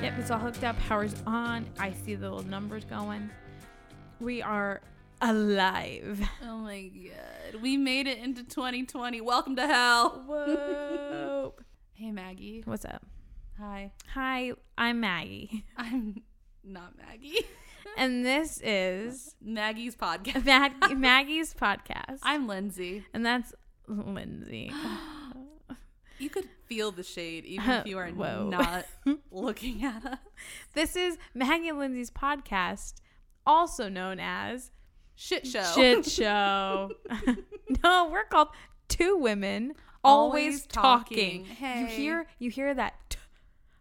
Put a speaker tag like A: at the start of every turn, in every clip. A: getting this all hooked up. Power's on. I see the little numbers going. We are alive.
B: Oh my god. We made it into 2020. Welcome to hell.
A: Whoa.
B: Hey Maggie.
A: What's up?
B: Hi.
A: Hi, I'm Maggie.
B: I'm not Maggie.
A: And this is
B: Maggie's podcast.
A: Mag- Maggie's podcast.
B: I'm Lindsay.
A: and that's Lindsay.
B: You could feel the shade even if you are
A: Whoa.
B: not looking at us.
A: This is Maggie and Lindsay's podcast, also known as
B: Shit show.
A: Shit Show. no, we're called Two Women
B: Always
A: Always,
B: Talking.
A: Talking. You
B: Hey.
A: hear you hear that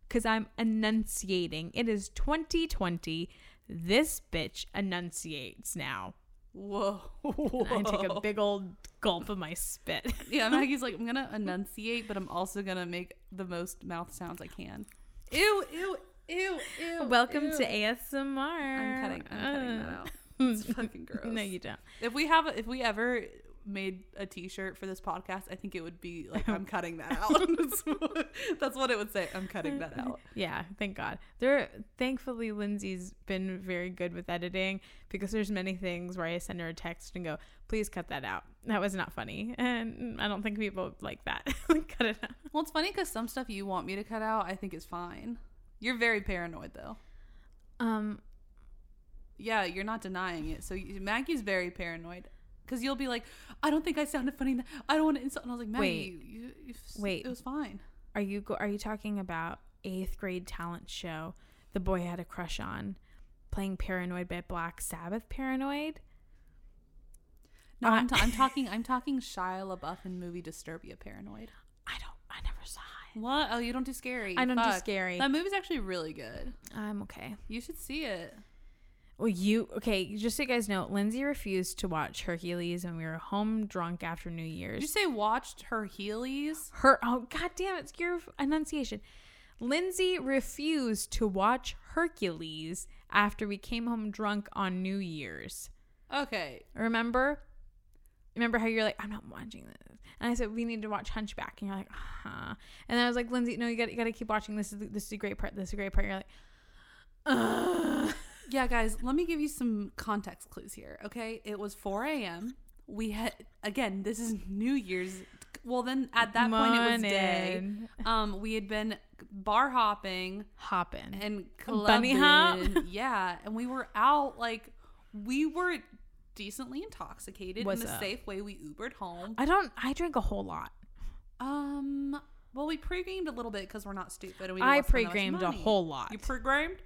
A: because I'm enunciating. It is 2020. This bitch enunciates now.
B: Whoa.
A: And I take a big old gulp of my spit.
B: Yeah, Maggie's like, I'm gonna enunciate, but I'm also gonna make the most mouth sounds I can. Ew, ew, ew, ew.
A: Welcome
B: ew.
A: to ASMR.
B: I'm cutting I'm cutting that
A: Ugh.
B: out. It's fucking gross.
A: No, you don't.
B: If we have, if we ever made a T-shirt for this podcast, I think it would be like I'm cutting that out. That's what- That's what it would say. I'm cutting that out.
A: Yeah, thank God. There, thankfully, Lindsay's been very good with editing because there's many things where I send her a text and go, "Please cut that out. That was not funny," and I don't think people like that. cut it out.
B: Well, it's funny because some stuff you want me to cut out, I think is fine. You're very paranoid though.
A: Um,
B: Yeah, you're not denying it. So you- Maggie's very paranoid. Cause you'll be like, I don't think I sounded funny. enough. I don't want to insult. And I was like, Maggie,
A: Wait.
B: you, you, you,
A: Wait.
B: it was fine.
A: are you go- are you talking about eighth grade talent show? The boy I had a crush on, playing Paranoid by Black Sabbath. Paranoid.
B: No, I'm,
A: I-
B: t- I'm talking. I'm talking Shia LaBeouf and movie Disturbia paranoid.
A: I don't. I never saw it.
B: What? Oh, you don't do scary.
A: I don't do
B: Fuck. Um,
A: scary.
B: That movie's actually really good.
A: I'm okay.
B: You should see it.
A: Well, you okay? Just so you guys know, Lindsay refused to watch Hercules, and we were home drunk after New Year's.
B: Did you say watched her Heelys?
A: her oh god damn it's your enunciation lindsay refused to watch hercules after we came home drunk on new year's
B: Okay.
A: remember remember how you're like i'm not watching this and i said we need to watch hunchback and you're like huh and then i was like lindsay no you gotta, you gotta keep watching this is the, this is a great part this is a great part you're like Ugh.
B: Yeah, guys, let me give you some context clues here. Okay. It was 4 a.m. We had, again, this is New Year's. Well, then at that point, it was day.
A: Morning.
B: Um, we had been bar hopping
A: hopping
B: and
A: Bunny hop?
B: clubbing. Yeah. And we were out, like, we were decently intoxicated
A: What's
B: in a
A: up?
B: safe way. We Ubered home.
A: i don't i drink a whole lot
B: Um. Well, we pre-gamed a little bit because we're not stupid. And we
A: I
B: didn't wanna spend that much
A: pre-gamed a
B: money.
A: whole lot.
B: You pre-gamed.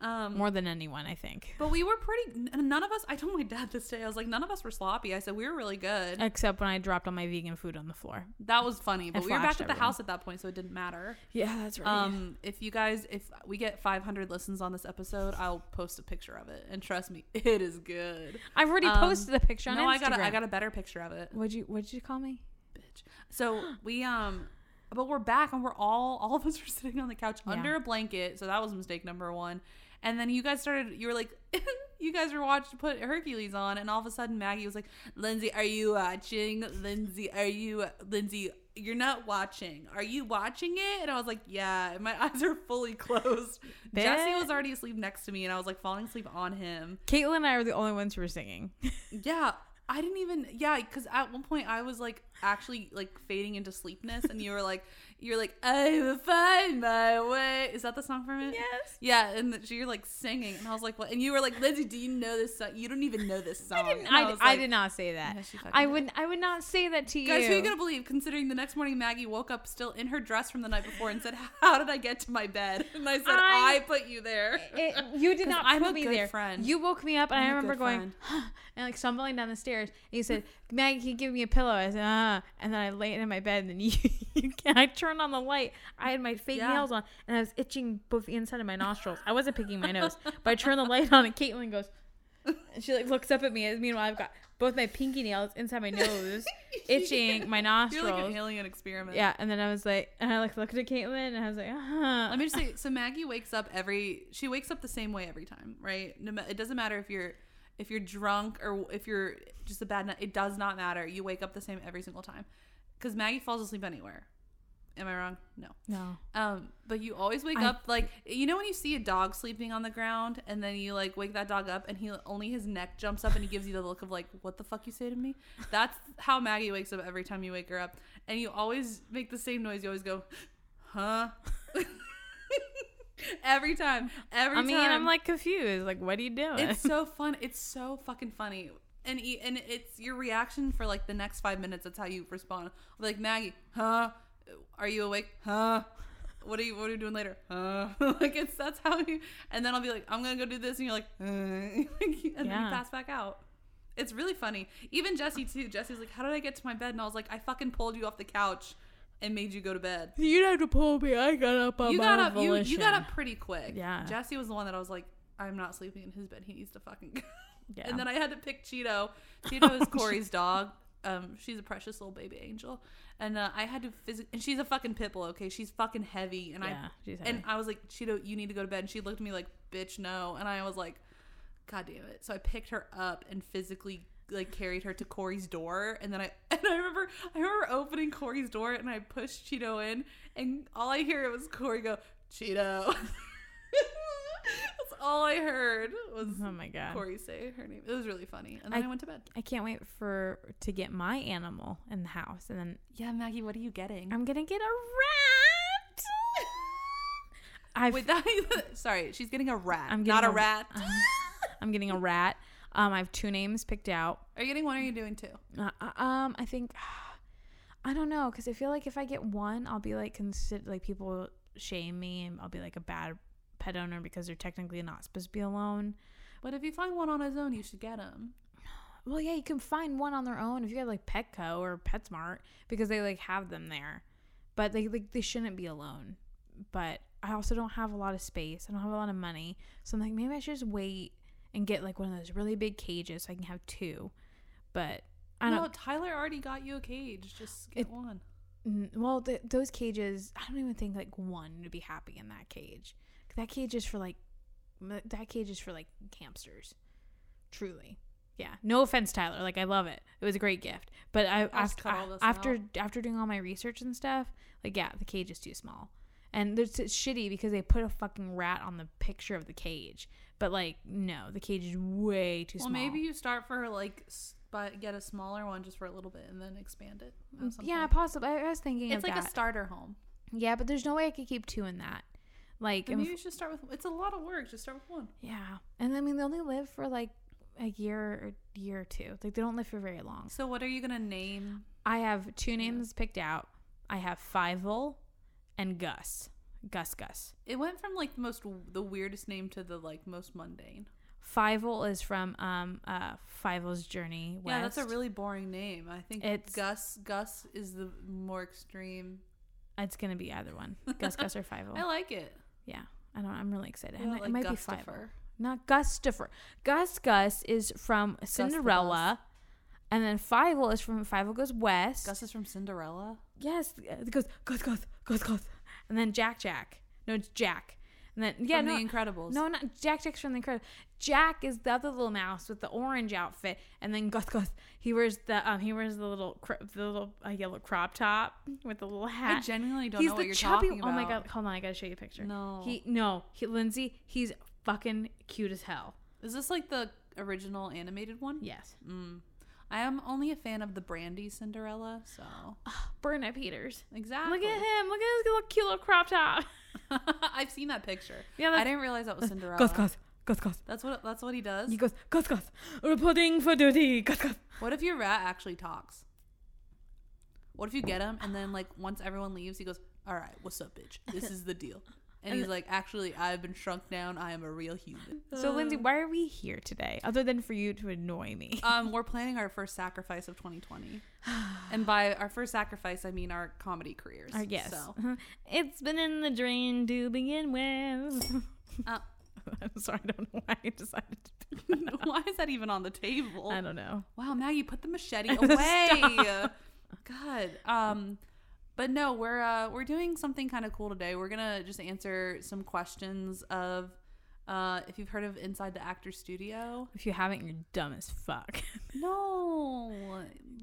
B: Um.
A: more than anyone i think
B: But we were pretty. n- None of us. I told my dad this day. I was like, none of us were sloppy. I said we were really good.
A: except when i dropped all my vegan food on the floor
B: That was funny. But
A: I
B: we were back
A: flashed
B: at the
A: everyone.
B: house at that point, so it didn't matter.
A: yeah that's
B: Um. If you guys, if we get 500 listens on this episode, I'll post a picture of it. And trust me, it is good.
A: I've already
B: Um,
A: posted the picture on
B: no,
A: Instagram.
B: I got. A, I got a better picture of it.
A: What'd you What'd you call me?
B: bitch. So we um but we're back and we're all all of us were sitting on the couch
A: Yeah.
B: under a blanket. So that was mistake number one. And then you guys started you were like you guys were watching put Hercules on and all of a sudden Maggie was like, Lindsay, are you watching? Lindsay, are you Lindsay you're not watching. Are you watching it? And I was like, Yeah. And my eyes are fully closed. Jesse
A: Bitch.
B: was already asleep next to me, and I was like falling asleep on him.
A: Caitlin and I are the only ones who were singing.
B: Yeah, I didn't even. Yeah, because at one point I was like actually like fading into sleepness, and you were like, you're like, I will find my way. Is that the song from it?
A: Yes.
B: Yeah, and that you're like singing, and I was like, what? And you were like, Lindsay, do you know this song? You don't even know this song.
A: I didn't.
B: And
A: I,
B: Oh, was
A: I
B: like,
A: did not say that.
B: Yeah, she fucking
A: I
B: did.
A: would. I would not say that to you.
B: Guys, who are you gonna believe? Considering the next morning Maggie woke up still in her dress from the night before and said, "How did I get to my bed?" And I said, "I,
A: I-
B: put you there."
A: It- you did
B: 'Cause
A: not
B: I'm
A: put
B: a
A: me
B: good
A: there.
B: friend.
A: You woke me up, and
B: I'm
A: i
B: a good
A: remember going
B: friend.
A: and like stumbling down the stairs. And you said, "Maggie, can you give me a pillow?" I said, "Ah," and then I laid in my bed. And then you, you I turned on the light. I had my fake
B: Yeah.
A: nails on, and I was itching both the inside of my nostrils. I wasn't picking my nose, but I turned the light on, and Caitlin goes, and she like looks up at me. And meanwhile, I've got both my pinky nails inside my nose, itching my
B: You're
A: nostrils.
B: like an alien experiment.
A: yeah, and then I was like, and I like looked at Caitlin, and I was like, uh-huh.
B: Let me just say, so Maggie wakes up every. She wakes up the same way every time, right? No, ma- it doesn't matter if you're if you're drunk or if you're just a bad night. It does not matter. You wake up the same every single time, because Maggie falls asleep anywhere. Am I wrong? No.
A: No.
B: Um, but you always wake
A: I-
B: up like you know when you see a dog sleeping on the ground and then you like wake that dog up and he only his neck jumps up and he gives you the look of like what the fuck you say to me. That's how Maggie wakes up every time you wake her up, and you always make the same noise. You always go, huh? every time, every
A: I mean,
B: time.
A: I'm like confused. Like, what are you doing?
B: It's so fun. It's so fucking funny. And e- and it's your reaction for like the next five minutes. That's how you respond. Like Maggie, huh? Are you awake? Huh? What are you What are you doing later? Huh? like it's that's how you. And then I'll be like, I'm gonna go do this, and you're like, "Uh," and then you
A: Yeah.
B: pass back out. It's really funny. Even Jesse too. Jesse's like, how did I get to my bed? And I was like, I fucking pulled you off the couch and made you go to bed.
A: you didn't have to pull me. I got up on
B: You
A: my
B: got
A: own
B: up. You, you got
A: volition.
B: up pretty quick.
A: Yeah.
B: Jesse was the one that I was like, I'm not sleeping in his bed. He needs to fucking go.
A: Yeah. Oh,
B: And then I had to pick Cheeto. Cheeto is Corey's dog. Um, she's a precious little baby angel, and uh, I had to physically. And she's a fucking pit bull. Okay, she's fucking heavy, and
A: yeah. she's
B: I and
A: heavy.
B: I was like, Cheeto, you need to go to bed. And she looked at me like, bitch, no. And I was like, God damn it. So I picked her up and physically like carried her to Corey's door, and then I and I remember I remember opening Corey's door, and I pushed Cheeto in, and all I hear was Corey go, Cheeto. That's all I heard was
A: oh my god.
B: Corey say her name. It was really funny. And then I,
A: I-
B: went to bed.
A: I can't wait for to get my animal in the house, and then
B: Yeah, Maggie, what are you getting?
A: I'm gonna get a rat. I've,
B: Wait, that sorry, she's getting a rat.
A: I'm
B: not a, Uh-huh.
A: getting a-
B: rat.
A: I'm getting a rat. Um, I have two names picked out.
B: are you getting one? Or are you doing two?
A: Uh, uh, um, I think I don't know because I feel like if I get one, I'll be like consider like people will shame me and I'll be like a bad pet owner because they're technically not supposed to be alone.
B: But if you find one on his own, you should get him.
A: Well, yeah, you can find one on their own if you got like Petco or PetSmart because they like have them there, but they like they shouldn't be alone. But I also don't have a lot of space. I don't have a lot of money, so I'm like maybe I should just wait and get like one of those really big cages so I can have two. But I don't.
B: no, Tyler already got you a cage. Just get
A: It-
B: one.
A: N- well th- those cages i don't even think like one would be happy in that cage that cage is for like m- that cage is for like hamsters truly yeah no offense tyler like i love it it was a great gift but i
B: just
A: after
B: cut all this
A: after, after doing all my research and stuff like yeah the cage is too small and it's, it's shitty because they put a fucking rat on the picture of the cage but like no the cage is way too
B: Well,
A: small
B: maybe you start for like, s- but get a smaller one just for a little bit and then expand it. at some
A: yeah
B: point.
A: possibly i was thinking
B: it's
A: of
B: like
A: that.
B: a starter home.
A: yeah but there's no way i could keep two in that like
B: Then
A: if-
B: maybe you should start with. It's a lot of work. Just start with one.
A: Yeah. And I mean, they only live for like a year or year or two. Like they don't live for very long.
B: So what are you gonna name?
A: I have two names picked out. I have Fivel and Gus. Gus Gus.
B: It went from like the most the weirdest name to the like most mundane.
A: Fivel is from um uh Fivel's Journey West.
B: Yeah, that's a really boring name. I think
A: It's-
B: Gus. Gus is the more extreme.
A: It's gonna be either one. Gus Gus or Fivel.
B: I like it.
A: yeah. I don't. I'm really excited.
B: I
A: And
B: like
A: Oh. it might be Fivel.
B: Gustifer.
A: Not Gustifer. Gus Gus is from
B: the
A: Cinderella. And then Fivel is from Fivel Goes West.
B: Gus is from Cinderella.
A: Yes, uh, it goes goes goes goes goes, and then Jack Jack. No, it's Jack. And then yeah,
B: from
A: no,
B: The Incredibles.
A: no, not Jack Jack's from the Incredibles. Jack is the other little mouse with the orange outfit, and then Goth Goth. He wears the um he wears the little cro- the little uh, yellow crop top with the little
B: I
A: hat.
B: genuinely don't
A: he's
B: know
A: the
B: what you're
A: chubby.
B: talking about.
A: Oh my god, hold on, I gotta show you a picture.
B: No.
A: he no he Lindsay. He's fucking cute as hell.
B: Is this like the original animated one?
A: Yes,
B: Mm. I am only a fan of the Brandy Cinderella, so
A: Bernard Peters.
B: exactly.
A: Look Uh, at him. Look at his little cute little crop top.
B: I've seen that picture.
A: Yeah,
B: I
A: that's
B: didn't realize that was Cinderella.
A: Goth Goth Goth Goth.
B: That's what that's what he does.
A: He goes, Goth Goth, reporting for duty, Goth Goth.
B: What if your rat actually talks? What if you get him and then like once everyone leaves, he goes, "All right, what's up, bitch? This is the deal." And he's like, "Actually, I've been shrunk down. I am a real human."
A: So, Lindsay, why are we here today? Other than for you to annoy me.
B: Um, we're planning our first sacrifice of 2020, and by our first sacrifice, I mean our comedy careers.
A: I guess.
B: So,
A: It's been in the drain to begin with.
B: Uh.
A: I'm sorry, I don't know why I decided to do that.
B: why is that even on the table?
A: I don't know.
B: Wow, Maggie, put the machete away. God. Um but no, we're uh we're doing something kind of cool today. We're gonna just answer some questions of uh if you've heard of Inside the Actor Studio.
A: If you haven't, you're dumb as fuck.
B: No.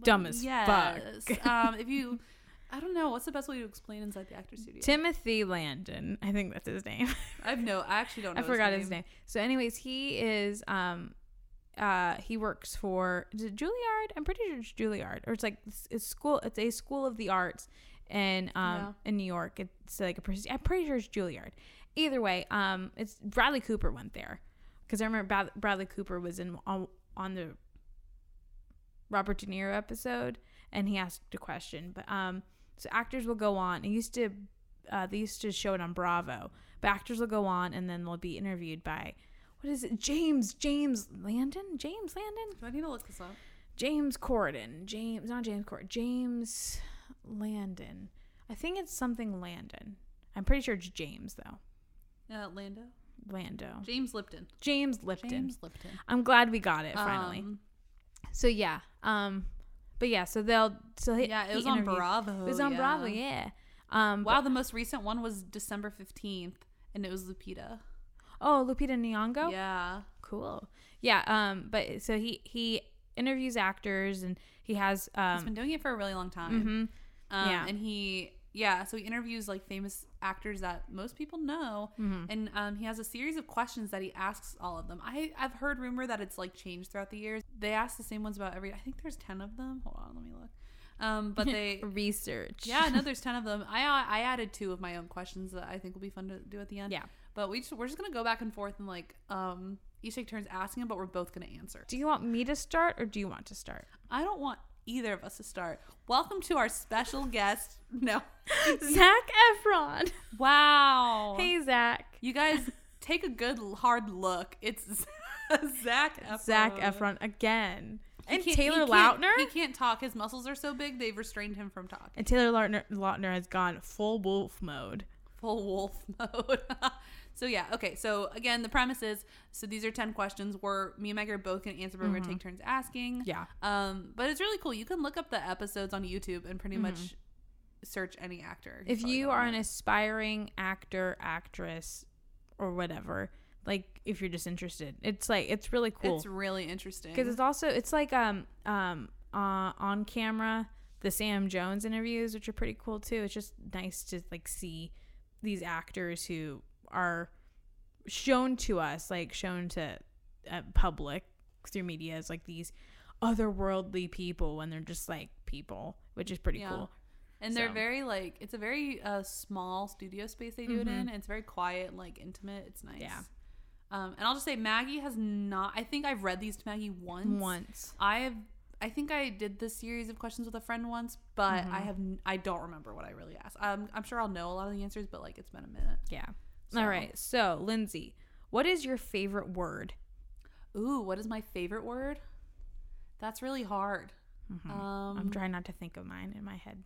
A: Dumb as fuck.
B: Um if you I don't know. What's the best way to explain inside the actor studio?
A: Timothy Landon, I think that's his name.
B: I've no. I actually don't. know
A: I forgot his name. So, anyways, he is um, uh, he works for is it Juilliard? I'm pretty sure it's Juilliard, or it's like it's, it's school. It's a school of the arts, and um,
B: Yeah.
A: in New York, it's like a. pres- I'm pretty sure it's Juilliard. Either way, um, it's Bradley Cooper went there because I remember Brad- Bradley Cooper was in on, on the Robert De Niro episode, and he asked a question. But um, so actors will go on. It used to uh, they used to show it on Bravo, but actors will go on and then they'll be interviewed by what is it? James James Landon James Landon
B: Do I need to look this up?
A: James Corden James not James Corden James Landon. I think it's something Landon. I'm pretty sure it's James though.
B: Uh, Lando.
A: Lando.
B: James Lipton.
A: James Lipton.
B: James Lipton.
A: I'm glad we got it finally.
B: Um,
A: So yeah, um, but yeah, so they'll so he,
B: yeah, it
A: he
B: was on
A: interviewed-
B: Bravo.
A: It was on Bravo, yeah. Um,
B: Wow, the most recent one was December fifteenth, and it was Lupita.
A: oh, Lupita Nyong'o.
B: Yeah.
A: Cool. Yeah. Um, but so he he interviews actors and he has
B: He's
A: um.
B: been doing it for a really long time.
A: mhm.
B: Um,
A: Yeah.
B: And he, yeah, so he interviews like famous actors that most people know.
A: Mm-hmm.
B: And um, he has a series of questions that he asks all of them. I, I've heard rumor that it's like changed throughout the years. They ask the same ones about every, I think there's 10 of them. Hold on, let me look. Um, but they,
A: research.
B: yeah, no, there's 10 of them. I, I added two of my own questions that I think will be fun to do at the end.
A: Yeah.
B: But we just, we're just going to go back and forth and like, um, each take turns asking them, but we're both going to answer.
A: Do you want me to start or do you want to start?
B: I don't want either of us to start. Welcome to our special guest. No.
A: Zach Efron.
B: Wow.
A: Hey, Zach.
B: You guys take a good l- hard look. It's Zach Efron.
A: Zach Efron again.
B: He
A: And
B: can't-
A: Taylor
B: he can't-
A: Lautner.
B: He can't talk. His muscles are so big they've restrained him from talking.
A: And Taylor Lautner, Lautner has gone full wolf mode.
B: Full wolf mode. so yeah, okay. So again, the premise is so these are ten questions where me and Meg are both gonna answer, but we're
A: Mm-hmm.
B: gonna take turns asking.
A: Yeah.
B: Um, but it's really cool. You can look up the episodes on YouTube and pretty much search any actor.
A: Mm-hmm. if
B: Probably
A: you
B: got
A: are
B: one.
A: an aspiring actor actress or whatever like if you're just interested it's like it's really cool
B: it's really interesting.
A: because it's also it's like um um uh, on camera the sam jones interviews which are pretty cool too it's just nice to like see these actors who are shown to us like shown to uh, public through media as like these otherworldly people when they're just like people which is pretty
B: Yeah.
A: cool
B: And they're
A: So.
B: very like it's a very uh, small studio space they do it in. And it's very quiet and like intimate. It's nice.
A: Mm-hmm. Yeah.
B: Um, and I'll just say Maggie has not. I think I've read these to Maggie once.
A: once
B: I have. I think I did this series of questions with a friend once, but
A: Mm-hmm.
B: I have. n- I don't remember what I really asked. Um, I'm sure I'll know a lot of the answers, but like it's been a minute.
A: Yeah.
B: So-
A: All right. So, Lindsay, what is your favorite word?
B: Ooh, what is my favorite word? That's really hard.
A: Mm-hmm.
B: Um,
A: I'm trying not to think of mine in my head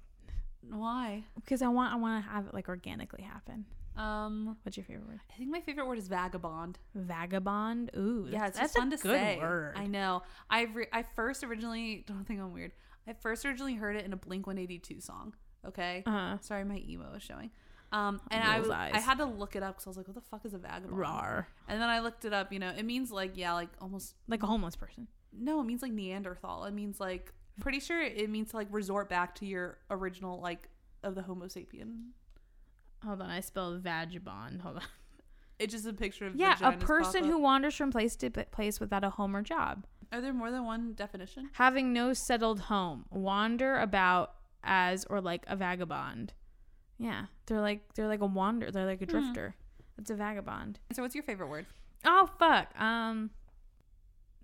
B: why?
A: because I want I want to have it like organically happen.
B: Um,
A: What's your favorite word?
B: I think my favorite word is vagabond.
A: Vagabond. Ooh,
B: Yeah, it's
A: that's,
B: just fun
A: that's
B: to
A: a good
B: say.
A: word.
B: I know. I re- I first originally don't think I'm weird. I first originally heard it in a Blink 182 song. Okay,
A: Uh,
B: sorry, my emo is showing. Um, and I
A: Those
B: was, I
A: eyes.
B: had to look it up because I was like, what the fuck is a vagabond?
A: rar.
B: And then I looked it up. You know, it means like yeah, like almost
A: Like a homeless person.
B: no, it means like Neanderthal. It means like pretty sure it means to like resort back to your original like of the Homo sapien.
A: Hold on, I spelled vagabond. Hold on.
B: It's just a picture of
A: Yeah, a
B: vaginas pop
A: person
B: up.
A: who wanders from place to p- place without a home or job,
B: are there more than one definition?
A: having no settled home, wander about as or like a vagabond. Yeah, they're like they're like a wander. They're
B: Hmm.
A: like a drifter. That's a vagabond.
B: So what's your favorite word?
A: Oh fuck. Um,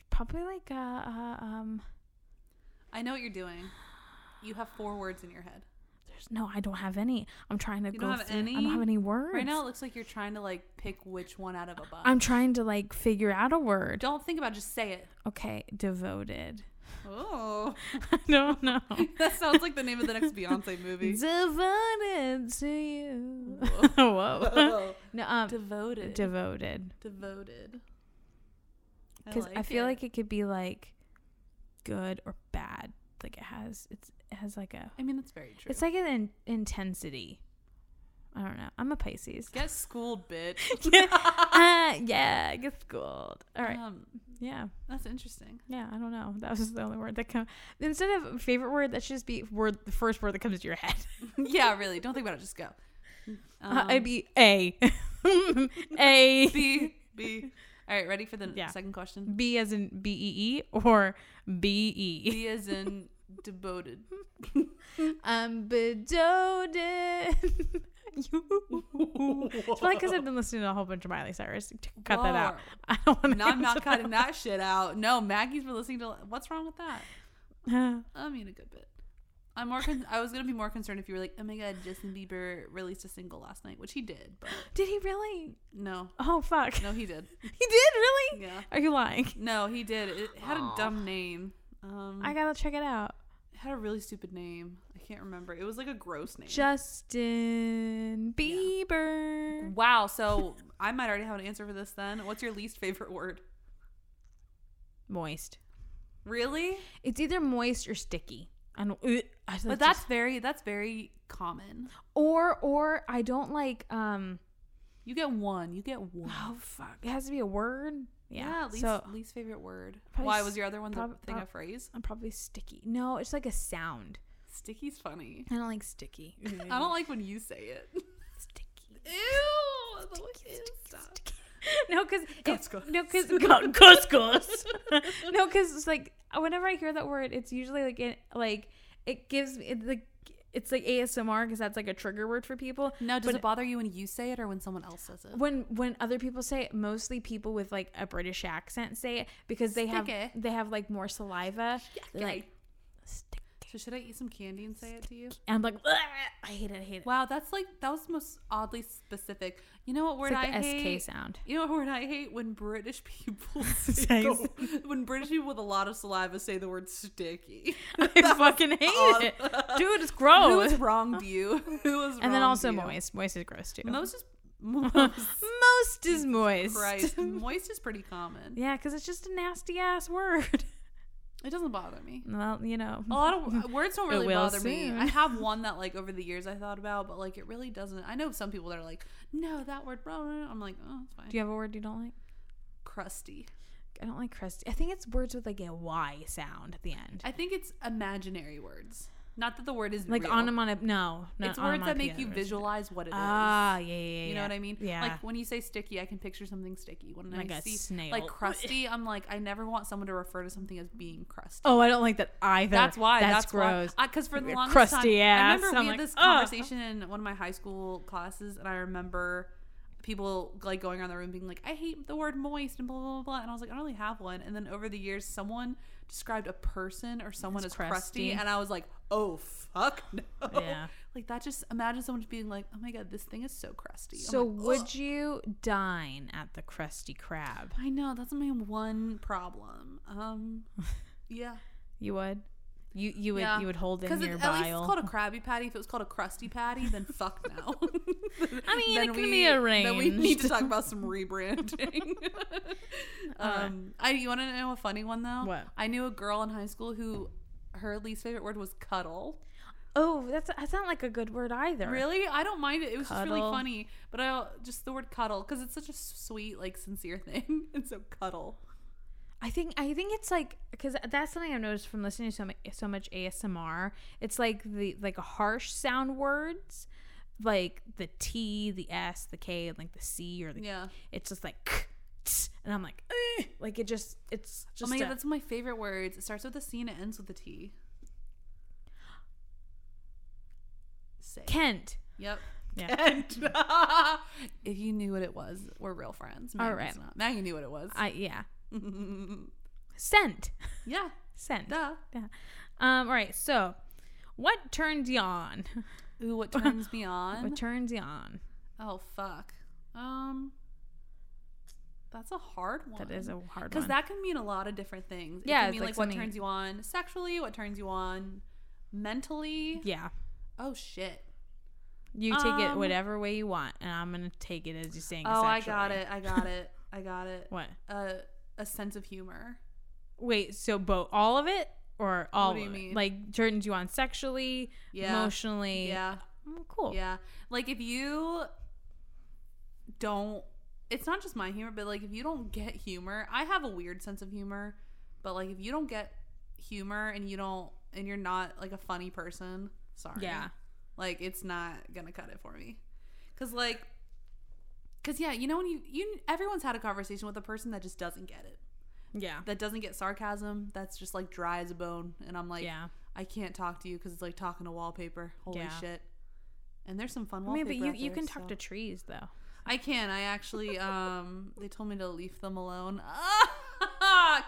A: probably like uh, uh um.
B: I know what you're doing. You have four words in your head.
A: There's no. I don't have any. I'm trying to
B: You
A: go.
B: don't have
A: through- I
B: any?
A: don't have any words
B: Right now, it looks like you're trying to like pick which one out of a bunch.
A: I'm trying to like figure out a word.
B: Don't think about it, just say it.
A: Okay, devoted.
B: Oh,
A: I don't know.
B: that sounds like the name of the next Beyonce movie.
A: devoted to you.
B: Whoa.
A: Whoa.
B: Oh,
A: no, um,
B: devoted.
A: devoted.
B: devoted.
A: Because I,
B: like
A: feel
B: it.
A: like it could be like good or bad. Like it has. It's it has like a.
B: I mean that's very true.
A: It's like an in- intensity. I don't know. I'm a Pisces.
B: Get schooled, bitch.
A: uh, yeah, get schooled. All right.
B: Um,
A: Yeah.
B: that's interesting.
A: Yeah, I don't know. That was just the only word that come instead of favorite word. That should just be word the first word that comes to your head.
B: yeah, really. Don't think about it. Just go.
A: Uh,
B: Um,
A: it'd be a, a
B: B B. All right, ready for the
A: Yeah.
B: second question?
A: B as in B E E or B E.
B: B as in devoted.
A: I'm bedoted. you. It's probably because I've been listening to a whole bunch of Miley Cyrus. Cut that out.
B: Whoa.
A: I don't want
B: No, I'm not cutting that shit out. No, Maggie's been listening to. What's wrong with that?
A: that.
B: I mean, a good bit. I'm more. Con- I was gonna be more concerned if you were like, oh my god, Justin Bieber released a single last night, which he did, but
A: Did he really?
B: no,
A: Oh fuck!
B: no, he did.
A: He did really?
B: Yeah,
A: Are you lying?
B: no, he did. It had a dumb name. Um,
A: I gotta check it out.
B: it had a really stupid name. I can't remember. It was like a gross name.
A: Justin Bieber.
B: wow. So I might already have an answer for this. Then, what's your least favorite word?
A: Moist.
B: Really?
A: It's either moist or sticky. I don't. Ugh, I
B: But
A: just-
B: that's very. That's very common.
A: or or I don't like. Um.
B: You get one. You get one.
A: Oh fuck! It has to be a word. Yeah.
B: Yeah, least,
A: so
B: least favorite word.
A: Probably
B: Why
A: s-
B: was your other one the
A: prob-
B: thing
A: prob-
B: a phrase?
A: I'm probably sticky. No, it's like a sound.
B: Sticky's funny.
A: I don't like sticky.
B: I don't like when you say it. Ew!
A: sticky.
B: the way- ew, stop.
A: No, because
B: Couscous.
A: no, because couscous. no, because it's like whenever I hear that word, it's usually like it like it gives me it, like it's like ASMR because that's like a trigger word for people.
B: No, does
A: But-
B: it bother you when you say it or when someone else says it?
A: when when other people say it, mostly people with like a British accent say it because they have
B: Sticky.
A: they have like more saliva. They're like
B: Okay.
A: stick.
B: So should I eat some candy and say it to you?
A: And I'm like, "Ugh, I hate it. I hate it.
B: Wow, that's like that was the most oddly specific. You know what word
A: it's like
B: I
A: the
B: hate?
A: SK sound.
B: You know what word I hate when British people say
A: Say-
B: the- when British people with a lot of saliva say the word sticky.
A: I fucking hate
B: odd.
A: it, dude. It's
B: Who
A: gross.
B: was wronged you? Who was
A: Eh, oh. And then
B: wronged
A: also
B: you?
A: moist. Moist is gross too.
B: Most is most.
A: Most is moist.
B: Christ, moist is pretty common.
A: Yeah, because it's just a nasty ass word.
B: It doesn't bother me.
A: well, you know.
B: A lot of words don't
A: It
B: really
A: will
B: bother me.
A: soon.
B: I have one that like over the years I thought about, but like it really doesn't. I know some people that are like, no, that word, blah, blah, blah." I'm like, oh, it's fine.
A: Do you have a word you don't like?
B: Crusty.
A: I don't like crusty. I think it's words with like a Y sound at the end.
B: I think it's imaginary words. Not that the word is
A: Like
B: real.
A: onomatopoeia. No, no.
B: It's words that make
A: onomatopoeia
B: you
A: words.
B: visualize what it is.
A: Ah, yeah, yeah, yeah.
B: You know what I mean?
A: Yeah.
B: Like when you say sticky, I can picture something sticky. When
A: Like
B: I
A: a
B: see
A: snail.
B: like crusty, I'm like, I never want someone to refer to something as being crusty.
A: oh, I don't like that either.
B: That's why.
A: That's,
B: That's,
A: gross.
B: why. Because for the
A: Your
B: longest
A: crusty
B: time, I
A: ass.
B: remember
A: I'm
B: we
A: like,
B: had this
A: "Ugh."
B: conversation in one of my high school classes, and I remember people like going around the room being like, "I hate the word moist" and blah blah blah, blah. and I was like, "I don't really have one." And then over the years, someone described a person or someone
A: As
B: as crusty,
A: crusty.
B: and I was like, "Oh fuck no!"
A: Yeah.
B: Like that. Just imagine someone just being like, "Oh my god, this thing is so crusty." I'm
A: So
B: like,
A: would
B: "Ugh."
A: you dine at the Krusty Krab?
B: I know that's my one problem. Um, yeah.
A: You would. You you would
B: Yeah.
A: you would hold in
B: Because
A: your
B: at least it's
A: bile.
B: called a Krabby Patty. If it was called a Krusty Patty, then fuck no.
A: I mean,
B: Then
A: it can
B: we-
A: be
B: Then we need
A: arranged.
B: to talk about some rebranding. um, I you want to know a funny one though?
A: What?
B: I knew a girl in high school who her least favorite word was cuddle.
A: oh, that's that's not like a good word either.
B: Really, I don't mind it. It was just really
A: Cuddle.
B: funny, but I just the word cuddle because it's such a sweet, like sincere thing, and so cuddle.
A: I think I think it's like because that's something I've noticed from listening to so much, so much ASMR. It's like the like harsh sound words, like the T, the S, the K, and like the C or the.
B: Yeah.
A: It's just like, "K, ts," and I'm like, "Eh," like it just it's
B: oh
A: just.
B: my
A: a-
B: god, that's one of my favorite words. It starts with a C and it ends with a T. Say.
A: Kent.
B: Yep.
A: Yeah.
B: And if you knew what it was, we're real friends. Maggie
A: All right.
B: Not. Maggie knew what it was.
A: I yeah. Scent.
B: yeah.
A: Scent.
B: Duh.
A: Yeah. Um. All right. So, what turns you on?
B: Ooh, what turns me on?
A: What turns you on?
B: oh fuck. Um. That's a hard one.
A: That is a hard
B: because
A: one.
B: that can mean a lot of different things. It can
A: Yeah, it's
B: mean
A: like
B: like, what
A: something-
B: turns you on sexually, what turns you on mentally.
A: yeah.
B: Oh shit.
A: You take it
B: Um,
A: whatever way you want, and I'm gonna take it as you're saying.
B: Oh, I got
A: sexually.
B: it. I got it. I got it.
A: What?
B: A a sense of humor.
A: Wait, so both all of it or all
B: do you
A: of it?
B: mean?
A: Like turns you on sexually,
B: Yeah.
A: emotionally,
B: Yeah.
A: Oh, cool.
B: Yeah. Like if you don't it's not just my humor, but like if you don't get humor, I have a weird sense of humor, but like if you don't get humor and you don't and you're not like a funny person, sorry.
A: Yeah.
B: Like it's not going to cut it for me. Cuz like cuz yeah, you know when you you everyone's had a conversation with a person that just doesn't get it.
A: Yeah.
B: That doesn't get sarcasm, that's just like dry as a bone and I'm like
A: yeah.
B: I can't talk to you cuz it's like talking to wallpaper. Holy
A: Yeah.
B: shit. And there's some fun
A: I mean,
B: wallpaper.
A: but you,
B: out
A: you
B: there,
A: can talk
B: so.
A: to trees though.
B: I can. I actually um they told me to leave them alone.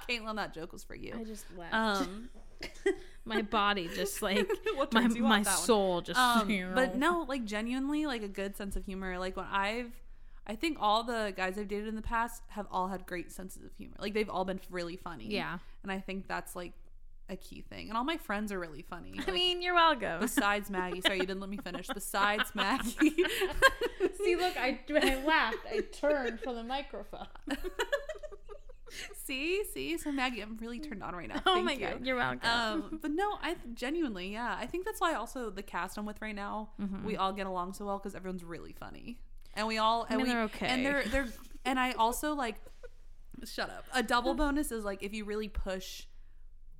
B: Caitlin, that joke was for you.
A: just laughed.
B: Um
A: my body just like
B: what
A: my
B: turns you off
A: my
B: that one?
A: soul just.
B: Um, but no, like genuinely, like a good sense of humor. Like when I've, I think all the guys I've dated in the past have all had great senses of humor. Like they've all been really funny.
A: Yeah.
B: and I think that's like a key thing. And all my friends are really funny.
A: I
B: Like,
A: mean, you're welcome.
B: besides Maggie, sorry you didn't let me finish. Besides Maggie,
A: See, look, I when I laughed, I turned for the microphone.
B: see, see. So Maggie, I'm really turned on right now.
A: Oh
B: Thank
A: my
B: you.
A: god, you're welcome.
B: um, but no, I th- genuinely, yeah, I think that's why also the cast I'm with right now,
A: Mm-hmm.
B: we all get along so well because everyone's really funny, and we all and
A: mean,
B: we
A: they're okay.
B: and they're they're and I also like shut up. A double bonus is like if you really push,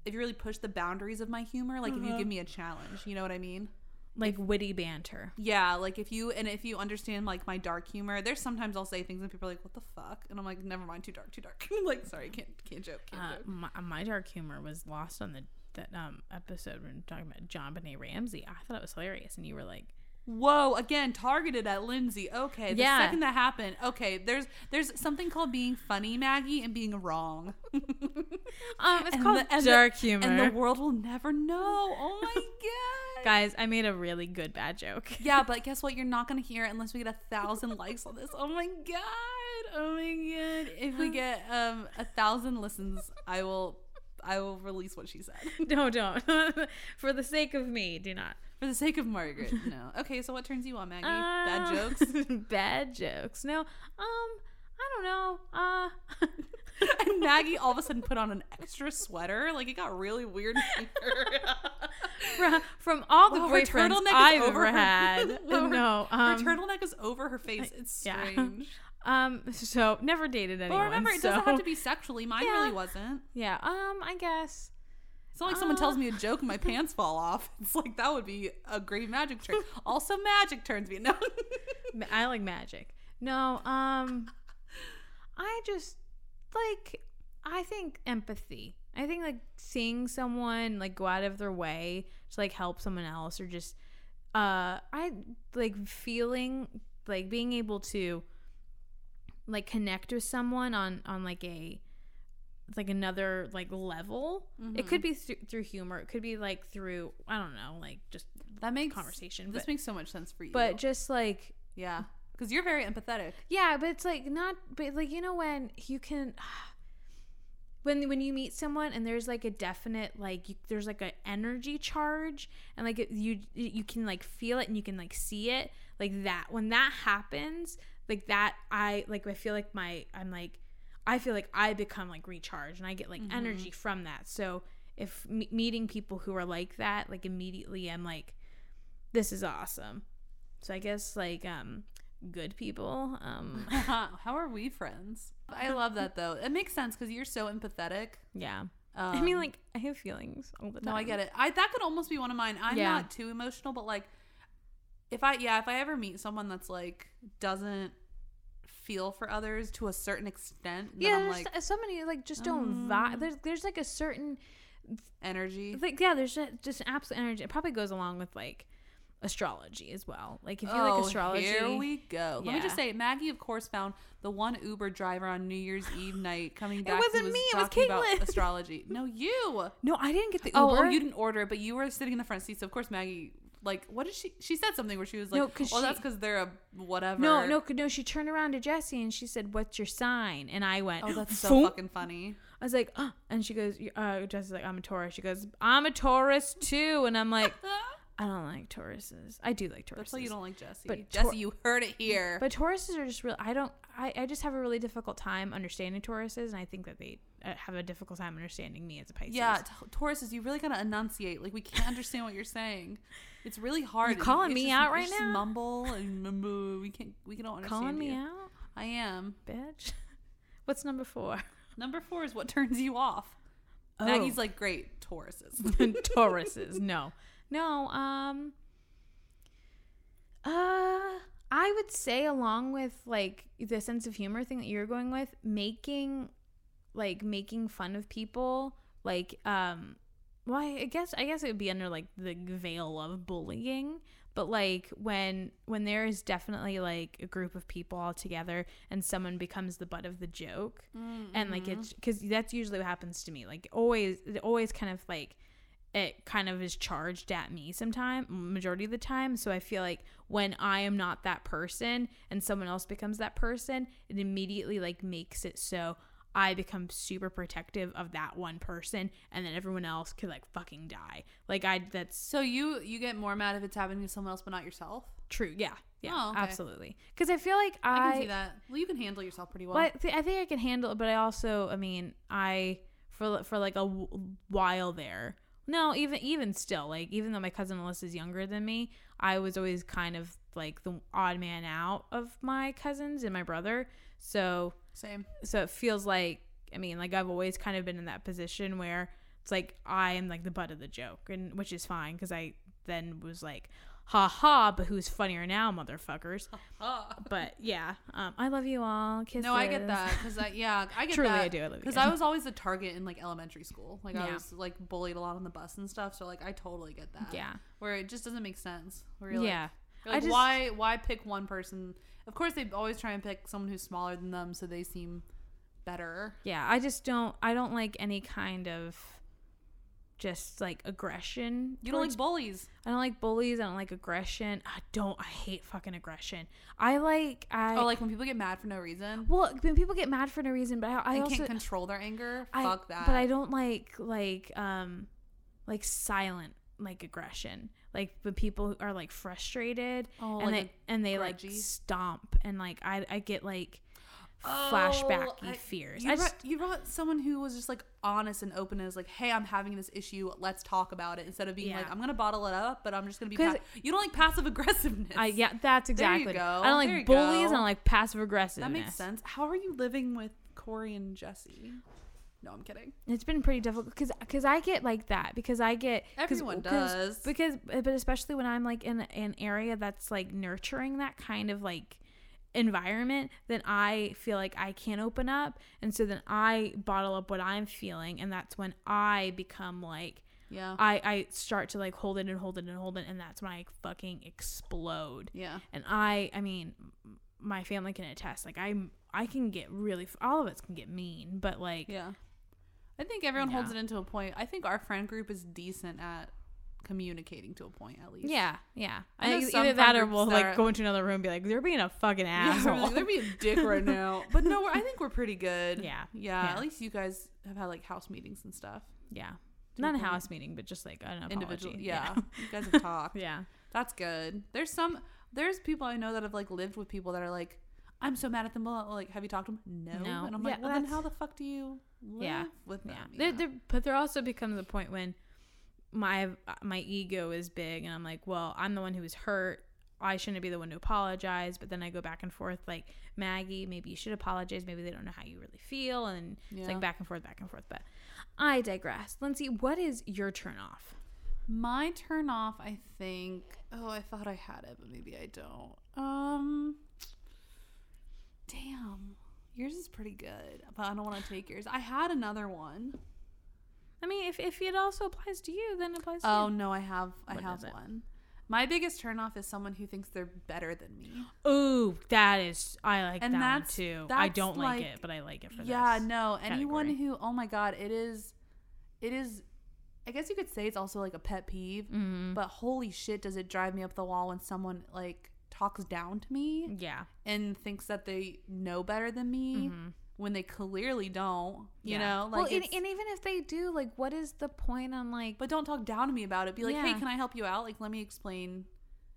B: if you really push the boundaries of my humor, like
A: Mm-hmm.
B: if you give me a challenge, you know what I mean?
A: like witty banter.
B: Yeah, like if you and if you understand like my dark humor, there's sometimes I'll say things and people are like, "What the fuck?" and I'm like, "Never mind, too dark, too dark." like, sorry, can't can't joke. Can't
A: Uh,
B: joke.
A: my, my dark humor was lost on the that um episode when talking about John Benet Ramsey. I thought it was hilarious, and you were like,
B: whoa again targeted at lindsay okay the
A: Yeah.
B: second that happened okay there's there's something called being funny maggie and being wrong
A: um, it's
B: And
A: called
B: the- and the-
A: dark humor.
B: and the world will never know oh my god
A: Guys, I made a really good bad joke.
B: yeah but guess what you're not gonna hear it unless we get a thousand likes on this oh my god oh my god if we get um a thousand listens i will i will release what she said
A: no, don't. For the sake of me, do not.
B: for the sake of margaret no okay so what turns you on maggie bad
A: Uh,
B: jokes
A: bad jokes. No. Um, I don't know. Uh,
B: and Maggie all of a sudden put on an extra sweater. Like it got really weird.
A: from, from all the
B: Wow, her
A: boyfriends
B: turtleneck is
A: I've
B: over
A: ever
B: her-
A: had.
B: Wow, her-
A: no. Um,
B: Her turtleneck is over her face. It's
A: yeah.
B: strange.
A: um, so never dated
B: Well,
A: anyone.
B: remember, it
A: so.
B: doesn't have to be sexually. Mine
A: Yeah.
B: really wasn't.
A: Yeah. Um, I guess.
B: It's not like someone tells
A: Uh.
B: me a joke and my pants fall off. It's like that would be a great magic trick. Also, magic turns me. No.
A: Ma- I like magic. No. Um, I just like. I think empathy. I think like seeing someone like go out of their way to like help someone else or just uh I like feeling like being able to like connect with someone on on like a like another like level. It
B: Mm-hmm.
A: could be through through humor. It could be like through I don't know, like just
B: that makes
A: conversation.
B: This
A: but,
B: makes so much sense for you.
A: but just like
B: yeah, because you're very empathetic.
A: yeah, but it's like not, but like you know when you can, when when you meet someone and there's like a definite like you, there's like an energy charge and like it, you you can like feel it and you can like see it like that when that happens like that I like I feel like my I'm like I feel like I become like recharged and I get like energy from that so if me- meeting people who are like that like immediately I'm like this is awesome so I guess like um good people um
B: How are we friends? I love that though. It makes sense because you're so empathetic.
A: yeah
B: Um,
A: I mean, like I have feelings all the time.
B: No, I get it. I that could almost be one of mine. I'm
A: Yeah.
B: not too emotional, but like if I yeah, if I ever meet someone that's like doesn't feel for others to a certain extent, then
A: Yeah,
B: I'm
A: there's
B: like
A: so many like just don't vibe. There's there's like a certain
B: energy.
A: like yeah, there's ju- just, an absolute energy. It probably goes along with like astrology as well. Like if you like astrology,
B: Oh, Here we go. Let me just
A: Yeah.
B: say, Maggie, of course, found the one Uber driver on New Year's Eve night coming back.
A: wasn't
B: who
A: me, it was
B: talking
A: Caitlin.
B: about astrology. No, you.
A: no, I didn't get the Uber.
B: Oh, oh, you didn't order it, but you were sitting in the front seat. So of course, Maggie, like, what did she? She said something where she was like,
A: No, 'cause
B: "Well,
A: she-
B: that's because they're a whatever."
A: no, no, no. She turned around to Jesse and she said, "What's your sign?" And I went,
B: Oh, that's so
A: "Foom."
B: fucking funny.
A: I was like, oh. and she goes, uh, Jesse's like, I'm a Taurus. She goes, I'm a Taurus too, and I'm like, I don't like Tauruses. I do like Tauruses.
B: That's why you don't like Jesse.
A: But
B: Jesse,
A: Tor-
B: you heard it here.
A: But Tauruses are just real. I don't. I, I just have a really difficult time understanding Tauruses, and I think that they uh, have a difficult time understanding me as a Pisces.
B: yeah, t- Tauruses, you really gotta enunciate. Like we can't understand what you're saying. It's really hard.
A: You calling
B: It's
A: me
B: just-
A: out
B: you
A: right
B: just
A: now?
B: Mumble and mumble. We can't. We can all understand
A: calling me
B: you.
A: out,
B: I am.
A: bitch. What's number four?
B: Number four is what turns you off.
A: Oh.
B: Maggie's like, great Tauruses.
A: Tauruses. No, no. Um. Uh, I would say along with like the sense of humor thing that you're going with, making, like making fun of people, like um, well, I guess I guess it would be under like the veil of bullying. But like when when there is definitely like a group of people all together and someone becomes the butt of the joke, and like it's because that's usually what happens to me like always it always kind of like it kind of is charged at me sometime majority of the time so i feel like when i am not that person and someone else becomes that person it immediately like makes it so i become super protective of that one person and then everyone else could like fucking die like i that's
B: so you you get more mad if it's happening to someone else but not yourself.
A: true yeah yeah
B: Oh, okay.
A: absolutely because i feel like
B: I,
A: i,
B: can see that. Well, you can handle yourself pretty well.
A: Well, I, thi- I think I can handle it, but I also, I mean, I for for like a w- while there. No, even even still, like even though my cousin Melissa is younger than me, I was always kind of like the odd man out of my cousins and my brother. So
B: Same.
A: so it feels like I mean, like I've always kind of been in that position where it's like I am like the butt of the joke, and which is fine because I then was like, ha ha, but who's funnier now, motherfuckers?
B: Ah.
A: But yeah, um, I love you all. Kisses.
B: No, I get that because I yeah, I get
A: Truly,
B: that.
A: I do. I love you.
B: Because I was always a target in like elementary school. Like I
A: Yeah.
B: was like bullied a lot on the bus and stuff. So like I totally get that.
A: yeah,
B: Where it just doesn't make sense. Where you're
A: yeah.
B: like, you're
A: I
B: like
A: just-
B: why why pick one person? Of course they always try and pick someone who's smaller than them so they seem better.
A: yeah i just don't i don't like any kind of just like aggression
B: You don't
A: towards-
B: like bullies.
A: i don't like bullies i don't like aggression i don't i hate fucking aggression i like i
B: oh, like when people get mad for no reason
A: well when people get mad for no reason but i, I
B: and
A: also
B: can't control their anger.
A: I,
B: Fuck that.
A: but i don't like like um like silent like aggression like when people are like frustrated
B: Oh,
A: and
B: like
A: they and they
B: grudgy?
A: like stomp and like i i get like flashbacky
B: Oh, I-
A: fears
B: You,
A: i
B: brought,
A: just
B: you brought someone who was just like honest and open and was like, "Hey, I'm having this issue. Let's talk about it." Instead of being like,
A: Yeah.
B: "I'm gonna bottle it up, but I'm just gonna be."
A: 'Cause-
B: Pa-. You don't like passive aggressiveness.
A: I yeah, that's
B: There you
A: exactly.
B: go.
A: I don't like
B: There you
A: bullies.
B: go.
A: I don't like passive aggressiveness.
B: that makes sense. How are you living with Corey and Jesse? No, I'm kidding.
A: It's been pretty difficult because I get like that because I get 'cause-
B: Everyone
A: 'cause-
B: does.
A: because uh, but especially when I'm like in an area that's like nurturing that kind of like environment then I feel like I can't open up and so then I bottle up what I'm feeling and that's when I become like
B: yeah,
A: I I start to like hold it and hold it and hold it and that's when I fucking explode
B: yeah.
A: and i i mean m- my family can attest like i'm i can get really all of us can get mean but like
B: Yeah. I think everyone holds it
A: Yeah.
B: into a point. I think our friend group is decent at communicating to a point at least.
A: yeah yeah
B: I know
A: I think
B: some
A: either that or
B: friend
A: we'll
B: groups are-
A: like go into another room and be like they're being a fucking
B: Yeah, we're
A: asshole
B: like, they're being a dick right now. But no, we're, I think we're pretty good.
A: Yeah.
B: yeah.
A: Yeah.
B: At least you guys have had like house meetings and stuff.
A: yeah not a
B: people-
A: house meeting but just like an
B: Individual.
A: apology.
B: Yeah. you guys have talked.
A: yeah
B: That's good. There's some. There's people I know that have like lived with people that are like, I'm so mad at them. Blah, blah, Like, have you talked to them? No.
A: No.
B: And I'm
A: Yeah,
B: like, well, then
A: that's-
B: how the fuck do you live
A: Yeah.
B: with
A: yeah,
B: them? you
A: There,
B: know?
A: there, but there also becomes a point when my my ego is big and i'm like well i'm the one who was hurt i shouldn't be the one to apologize but then i go back and forth like maggie maybe you should apologize maybe they don't know how you really feel and it's
B: Yeah.
A: like back and forth back and forth but i digress lindsay what is your turn off
B: My turn off, I think. Oh, I thought I had it, but maybe I don't. Um, damn, yours is pretty good, but I don't want to take yours. I had another one.
A: i mean if, if it also applies to you then it applies to
B: Oh
A: you
B: no, I have, I
A: What
B: have
A: is it?
B: one. My biggest turn off is someone who thinks they're better than me.
A: ooh that is i like
B: And
A: that
B: that's-
A: one too i
B: that's
A: don't like,
B: like-
A: it but i like it for
B: Yeah,
A: this
B: no, anyone
A: category.
B: who. Oh my god, it is, it is. I guess you could say it's also like a pet peeve,
A: Mhm.
B: but holy shit, does it drive me up the wall when someone like talks down to me?
A: yeah
B: and thinks that they know better than me.
A: Mhm.
B: when they clearly don't. You
C: Yeah.
B: know, like
A: well, and,
B: it's-
A: and even if they do, like, what is the point on like?
B: but don't talk down to me about it. Be like, hey,
A: Yeah.
B: can I help you out? Like, let me explain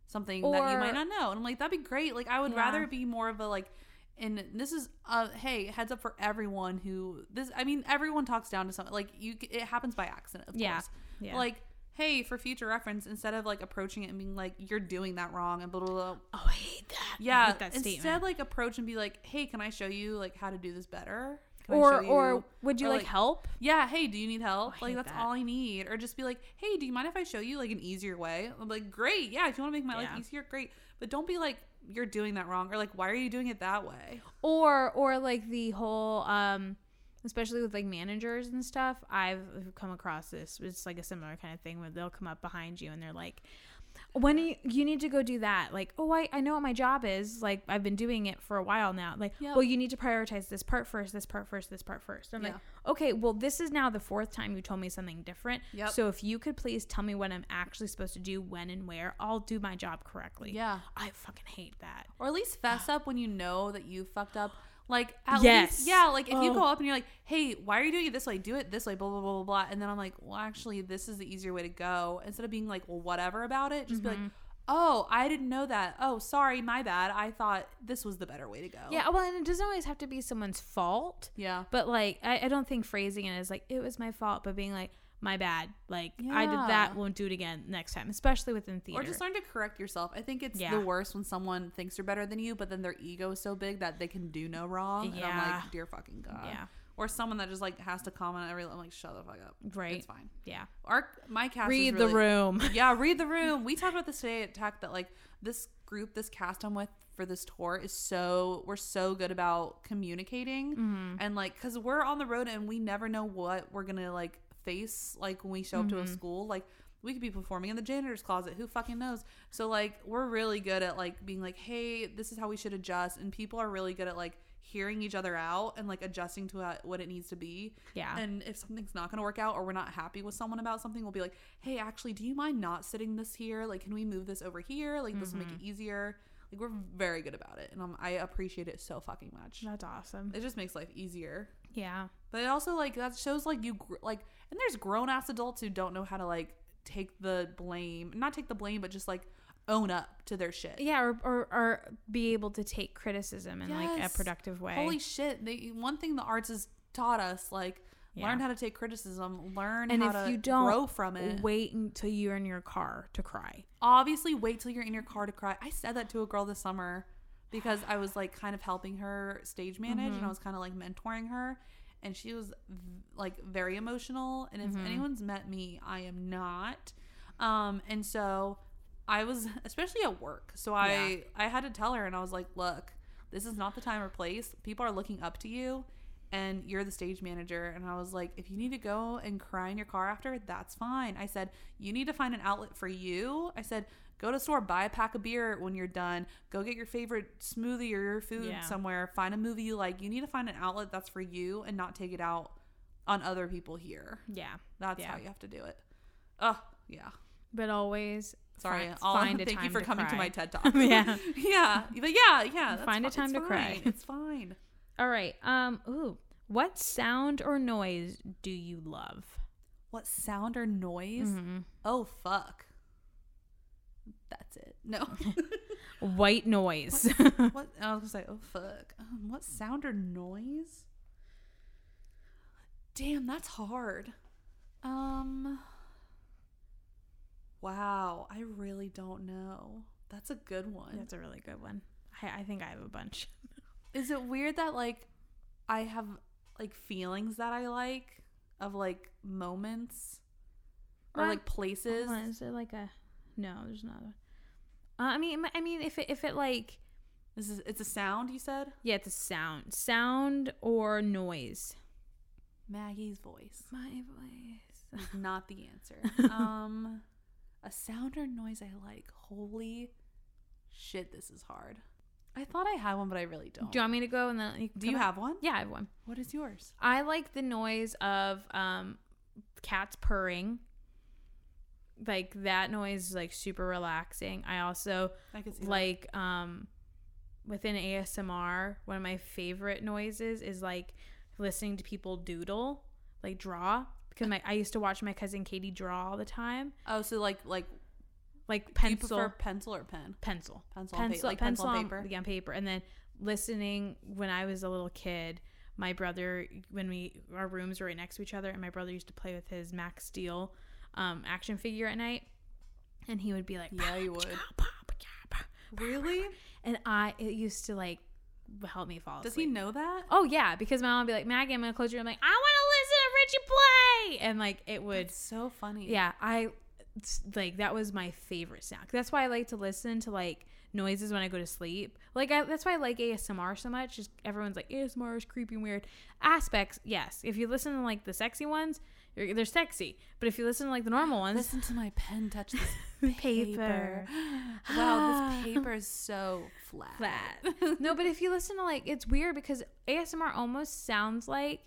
B: something that you
A: Or-
B: might not know. And I'm like, that'd be great. Like, I would
A: Yeah.
B: rather it be more of a like. And this is, uh, hey, heads up for everyone who this. I mean, everyone talks down to something. Like you, it happens by accident, of
C: Yeah.
B: course. But,
C: Yeah.
B: Like, hey, for future reference, instead of like approaching it and being like, you're doing that wrong and blah blah. blah
C: oh, I hate that. I
B: yeah.
C: hate that
B: instead,
C: statement.
B: like approach and be like, hey, can I show you like how to do this better? Can I
A: or
B: show you-
A: or would you
B: or,
A: like,
B: like-
A: help?
B: yeah, hey, do you need help?
C: I
B: like
C: hate
B: that's
C: that.
B: all I need. Or just be like, hey, do you mind if I show you like an easier way? I'm like, great, yeah. If you want to make my
C: Yeah.
B: life easier, great. But don't be like, you're doing that wrong, or like, why are you doing it that way?
A: Or or like the whole um, especially with like managers and stuff. I've come across this. It's like a similar kind of thing where they'll come up behind you and they're like, when you, you need to go do that like oh I, I know what my job is like i've been doing it for a while now like
B: Yep.
A: well you need to prioritize this part first this part first this part first i'm like okay well this is now the fourth time you told me something different
B: Yep.
A: so if you could please tell me what i'm actually supposed to do when and where i'll do my job correctly
B: Yeah.
A: i fucking hate that
B: Or at least fess up when you know that you fucked up. Like at
C: Yes.
B: least, yeah. Like if you
C: Oh.
B: go up and you're like, "Hey, why are you doing it this way? Do it this way." Blah blah blah blah blah. And then I'm like, "Well, actually, this is the easier way to go." Instead of being like, "Well, whatever about it," just
C: Mm-hmm.
B: be like, "Oh, I didn't know that. Oh, sorry, my bad. I thought this was the better way to go."
A: yeah well and it doesn't always have to be someone's fault
B: yeah.
A: but like I, I don't think phrasing it as like it was my fault but being like my bad like i did that
B: Yeah.
A: won't do it again next time especially within theater
B: Or just learn to correct yourself. I think it's
A: Yeah.
B: the worst when someone thinks they're better than you, but then their ego is so big that they can do no wrong. And I'm
A: Yeah.
B: like, dear fucking god.
A: Yeah.
B: Or someone that just like has to comment on every. I'm like, shut the fuck up.
A: Right.
B: It's fine.
A: yeah
B: Our my cast. is
A: read
B: really-
A: the room
B: Yeah, read the room. We talked about this today at Tech that like this group, this cast I'm with for this tour is so we're so good about communicating and like because we're on the road and we never know what we're gonna like face like when we show up to a school like. We could be performing in the janitor's closet. Who fucking knows? So like, we're really good at like being like, "Hey, this is how we should adjust," and people are really good at like hearing each other out and like adjusting to uh, what it needs to be.
A: Yeah.
B: And if something's not going to work out or we're not happy with someone about something, we'll be like, hey, actually, do you mind not sitting this here? Like, can we move this over here? Like, this will make it
A: Mm-hmm.
B: easier. Like, we're very good about it. And um, I appreciate it so fucking much.
A: that's awesome
B: It just makes life easier.
A: yeah
B: But it also, like, that shows, like, you, gr- like, and there's grown ass adults who don't know how to, like, take the blame, not take the blame, but just, like, own up to their shit.
A: yeah or, or or be able to take criticism in like a
B: Yes.
A: productive way
B: Holy shit. They, one thing the arts has taught us, like,
C: Yeah.
B: learn how to take criticism, learn
A: and
B: how
A: if
B: to
A: you don't
B: grow from it.
A: wait until you're in your car to cry
B: obviously wait till you're in your car to cry. I said that to a girl this summer because I was like kind of helping her stage manage and I was kind of like mentoring her and she was v- like very emotional and if anyone's met me, I am not. Um and so I was especially at work. So I I had to tell her and I was like, "Look, this is not the time or place. People are looking up to you." and you're the stage manager. And I was like, if you need to go and cry in your car after, that's fine. I said, you need to find an outlet for you. I said, go to a store, buy a pack of beer when you're done, go get your favorite smoothie or your food
C: Yeah.
B: somewhere, find a movie you like. You need to find an outlet that's for you and not take it out on other people here.
A: yeah
B: That's
C: Yeah.
B: how you have to do it. Oh, yeah.
A: but always
B: Sorry.
A: fi-
B: All,
A: find a
B: thank you
A: time
B: for
A: to
B: coming to
A: cry.
B: my TED Talk.
A: Yeah.
B: yeah. But yeah, yeah. that's
A: Find a
B: fi-
A: time
B: it's
A: to cry.
B: fine. It's fine.
A: all right um ooh what sound or noise do you love Mm-hmm.
B: What sound or noise? Oh fuck. That's it. No.
A: white noise
B: what I was gonna say, oh fuck. Um, what sound or noise? Damn, that's hard. Um Wow, I really don't know. That's a good one.
A: that's a really good one I, I think i have a bunch
B: Is it weird that like I have like feelings that I like of like moments or
A: Not-
B: like places?
A: Hold on, is there like a no there's not a, uh, i mean i mean if it if it like
B: This is it's a sound you said?
A: yeah it's a sound sound or noise
B: Maggie's voice.
A: my voice
B: is not the answer. Um, a sound or noise I like. Holy shit, this is hard. I thought I had one, but I really don't.
A: do you want me to go and then
B: Do you
A: have?
B: have one?
A: Yeah, I have one.
B: What is yours?
A: I like the noise of um cats purring. Like that noise is like super relaxing. I also
B: I could see.
A: like um within ASMR, one of my favorite noises is like listening to people doodle, like draw. Because my I used to watch my cousin Katie draw all the time,
B: Oh, so like like
A: like
B: do you
A: pencil,
B: prefer pencil or pen?
A: pencil,
B: Pencil, on pa- like pencil,
A: on-
B: and paper.
A: yeah, on paper. And then listening when I was a little kid, my brother when we our rooms were right next to each other, and my brother used to play with his Max Steel um, action figure at night, and he would be like,
B: Yeah, you would. Really?
A: and I it used to like help me fall
B: Does he
A: asleep.
B: know that?
A: Oh yeah, because my mom would be like, Maggie, I'm gonna close your. I'm like, I want to listen to Richie play, and like it would.
B: It's so funny.
A: Yeah, I it's, like that was my favorite sound. That's why I like to listen to like noises when I go to sleep. Like I, that's why I like ASMR so much. Just everyone's like ASMR is creepy and weird aspects. Yes, if you listen to like the sexy ones, you're, they're sexy. But if you listen to like the normal ones,
B: Listen to my pen touch this paper.
A: Paper.
B: wow, this paper is so flat.
A: flat. no, but if you listen to like it's weird because ASMR almost sounds like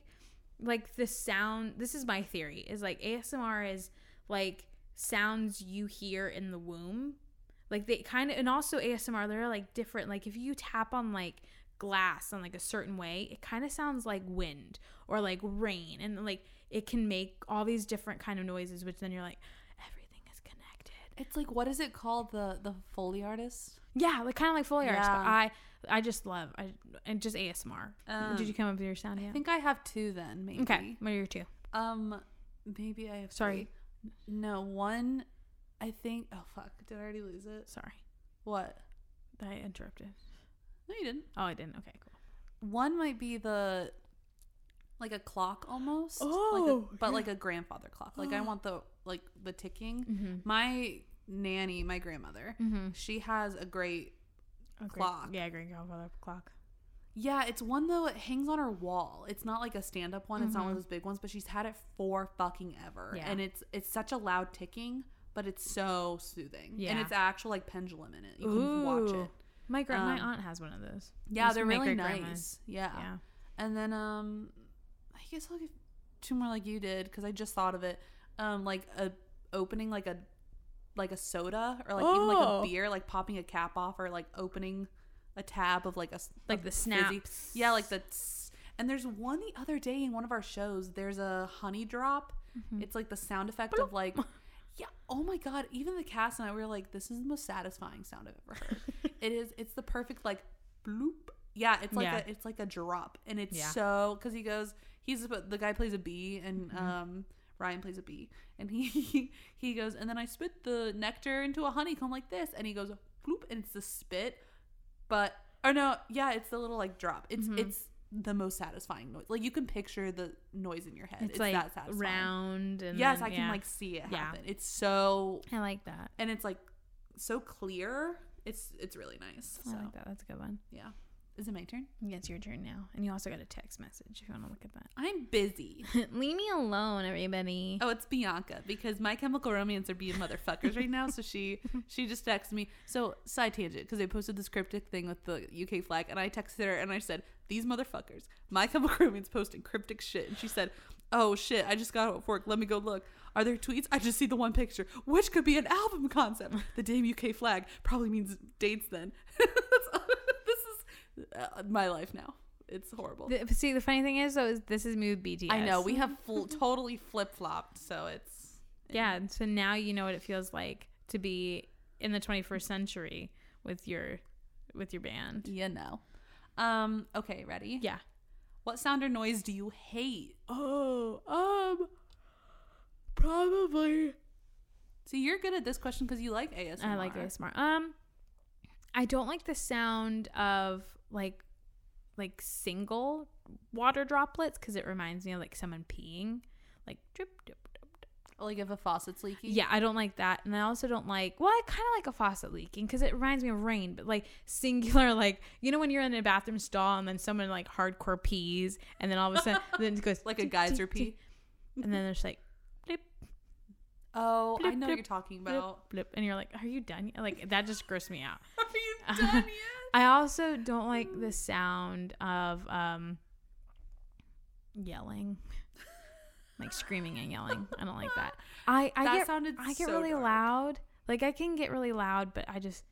A: like the sound this is my theory is like ASMR is like sounds you hear in the womb. Like they kind of and also ASMR they're like different like if you tap on like glass in like a certain way, it kind of sounds like wind or like rain and like it can make all these different kind of noises which then you're like everything is connected.
B: It's like what is it called? The the Foley artist?
A: Yeah, like kind of like Foley arts. But
B: Yeah.
A: I I just love I and just ASMR. Did you come up with your sound? Yeah.
B: Um, I think I have two then, maybe.
A: Um, okay. What are your two?
B: Um maybe I have
A: Sorry.
B: three. No, one I think oh fuck, did I already lose it?
A: Sorry,
B: What?
A: I interrupted.
B: No you didn't.
A: Oh, I didn't. Okay, cool.
B: One might be the like a clock almost.
A: Oh,
B: like a, but like a grandfather clock. Like I want the like the ticking.
A: Mm.
B: My nanny, my grandmother,
A: Mhm.
B: she has a great
A: A Oh, great-
B: Clock.
A: yeah, great grandfather clock.
B: Yeah, it's one though. It hangs on her wall. It's not like a stand-up one. It's not one of those big ones. But she's had it for fucking ever,
A: Yeah.
B: and it's it's such a loud ticking, but it's so soothing. and
A: Yeah.
B: it's actual like pendulum in it. You can watch
A: Ooh.
B: it.
A: My grand, my
B: Um,
A: aunt has one of those.
B: Yeah,
A: Used to
B: they're
A: make
B: really
A: great-grandmas.
B: nice. Yeah.
A: Yeah.
B: and then um, I guess I'll give two more like you did because I just thought of it. Um, like a opening like a like a soda or like even like
A: Oh.
B: a beer, like popping a cap off or like opening a tab of like a s-
A: Like
B: of
A: the
B: fizzy-
A: snaps.
B: Yeah, like the. tss. And there's one the other day in one of our shows. There's a honey drop.
A: Mm.
B: It's like the sound effect of like. Yeah. Oh my god! Even the cast and I we were like, "This is the most satisfying sound I've ever heard." it is. It's the perfect like bloop. Yeah. It's like
A: Yeah.
B: a it's like a drop, and it's
A: Yeah.
B: so because he goes. He's suppo- the guy plays a bee, and
A: Mm-hmm.
B: um Ryan plays a bee, and he he goes, and then I spit the nectar into a honeycomb like this, and he goes bloop, and it's the spit but or no, yeah, it's the little like drop. It's
A: Mm-hmm.
B: it's the most satisfying noise. Like you can picture the noise in your head.
A: It's,
B: It's,
A: like
B: that satisfying.
A: round and
B: yes,
A: then-
B: I can
A: yeah.
B: like see it
A: Yeah.
B: happen. It's so
A: I like that.
B: and it's like so clear. It's it's really nice. So
A: I like that. That's a good one.
B: yeah, is it my turn?
A: Yeah, it's your turn now, and you also got a text message if you want to look at
B: I'm busy.
A: that. Leave me alone, everybody.
B: Oh, it's Bianca because my chemical romance are being motherfuckers right now. So she she just texted me. So side tangent because they posted this cryptic thing with the UK flag, and I texted her and I said, "These motherfuckers, my chemical romance posting cryptic shit." And she said, "Oh shit, I just got off work. Let me go look. Are there tweets? I just see the one picture, which could be an album concept. The damn UK flag probably means dates then. That's- this is uh, my life now. It's horrible.
A: The- see, the funny thing is, though, is this is mood BTS.
B: I know we have fl- totally flip flopped, so it's."
A: Yeah, and so now you know what it feels like to be in the 21st century with your with your band.
B: You know. Um, okay, ready?
A: Yeah.
B: What sound or noise do you hate?
A: Oh, um probably
B: So you're good at this question because you like ASMR.
A: I like ASMR. Um I don't like the sound of like like single water droplets cuz it reminds me of like someone peeing. Like drip drip drip.
B: Like if a faucet's leaking.
A: Yeah, I don't like that. And I also don't like, well, I kind of like a faucet leaking because it reminds me of rain, but like singular, like, you know, when you're in a bathroom stall and then someone like hardcore pees and then all of a sudden, then it goes
B: Like a
A: tick,
B: geyser
A: tick, tick,
B: pee.
A: And then there's like, blip,
B: Oh, I
A: Bloop,
B: know what
A: bloop,
B: you're talking
A: blip,
B: about.
A: blip. And you're like, are you done? yet?" Like, that just grossed me out.
B: Are you done yet?
A: I also don't like the sound of um yelling. Like screaming and yelling. I don't like that. I I
B: That
A: get
B: sounded
A: I get
B: so
A: really
B: dark.
A: loud. Like I can get really loud, but I just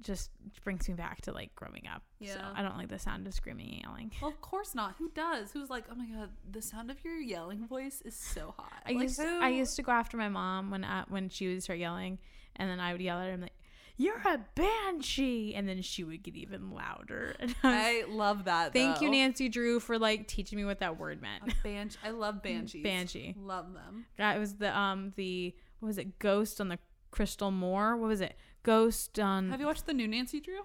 A: just brings me back to like growing up. So
B: Yeah.
A: I don't like the sound of screaming and yelling.
B: Well, of course not. Who does? Who's like, oh my god, the sound of your yelling voice is so hot.
A: I
B: like,
A: used
B: who-
A: I used to go after my mom when I, when she would start yelling, and then I would yell at her. I'm like, "You're a banshee!" And then she would get even louder. And I
B: I
A: was,
B: love that.
A: Thank you,
B: though.
A: Nancy Drew, for like teaching me what that word meant.
B: A Banshee. I love banshees.
A: Banshee.
B: Love them.
A: That was the um the what was it? Ghost on the Crystal Moor. What was it? Ghost on.
B: Have you watched the new Nancy Drew?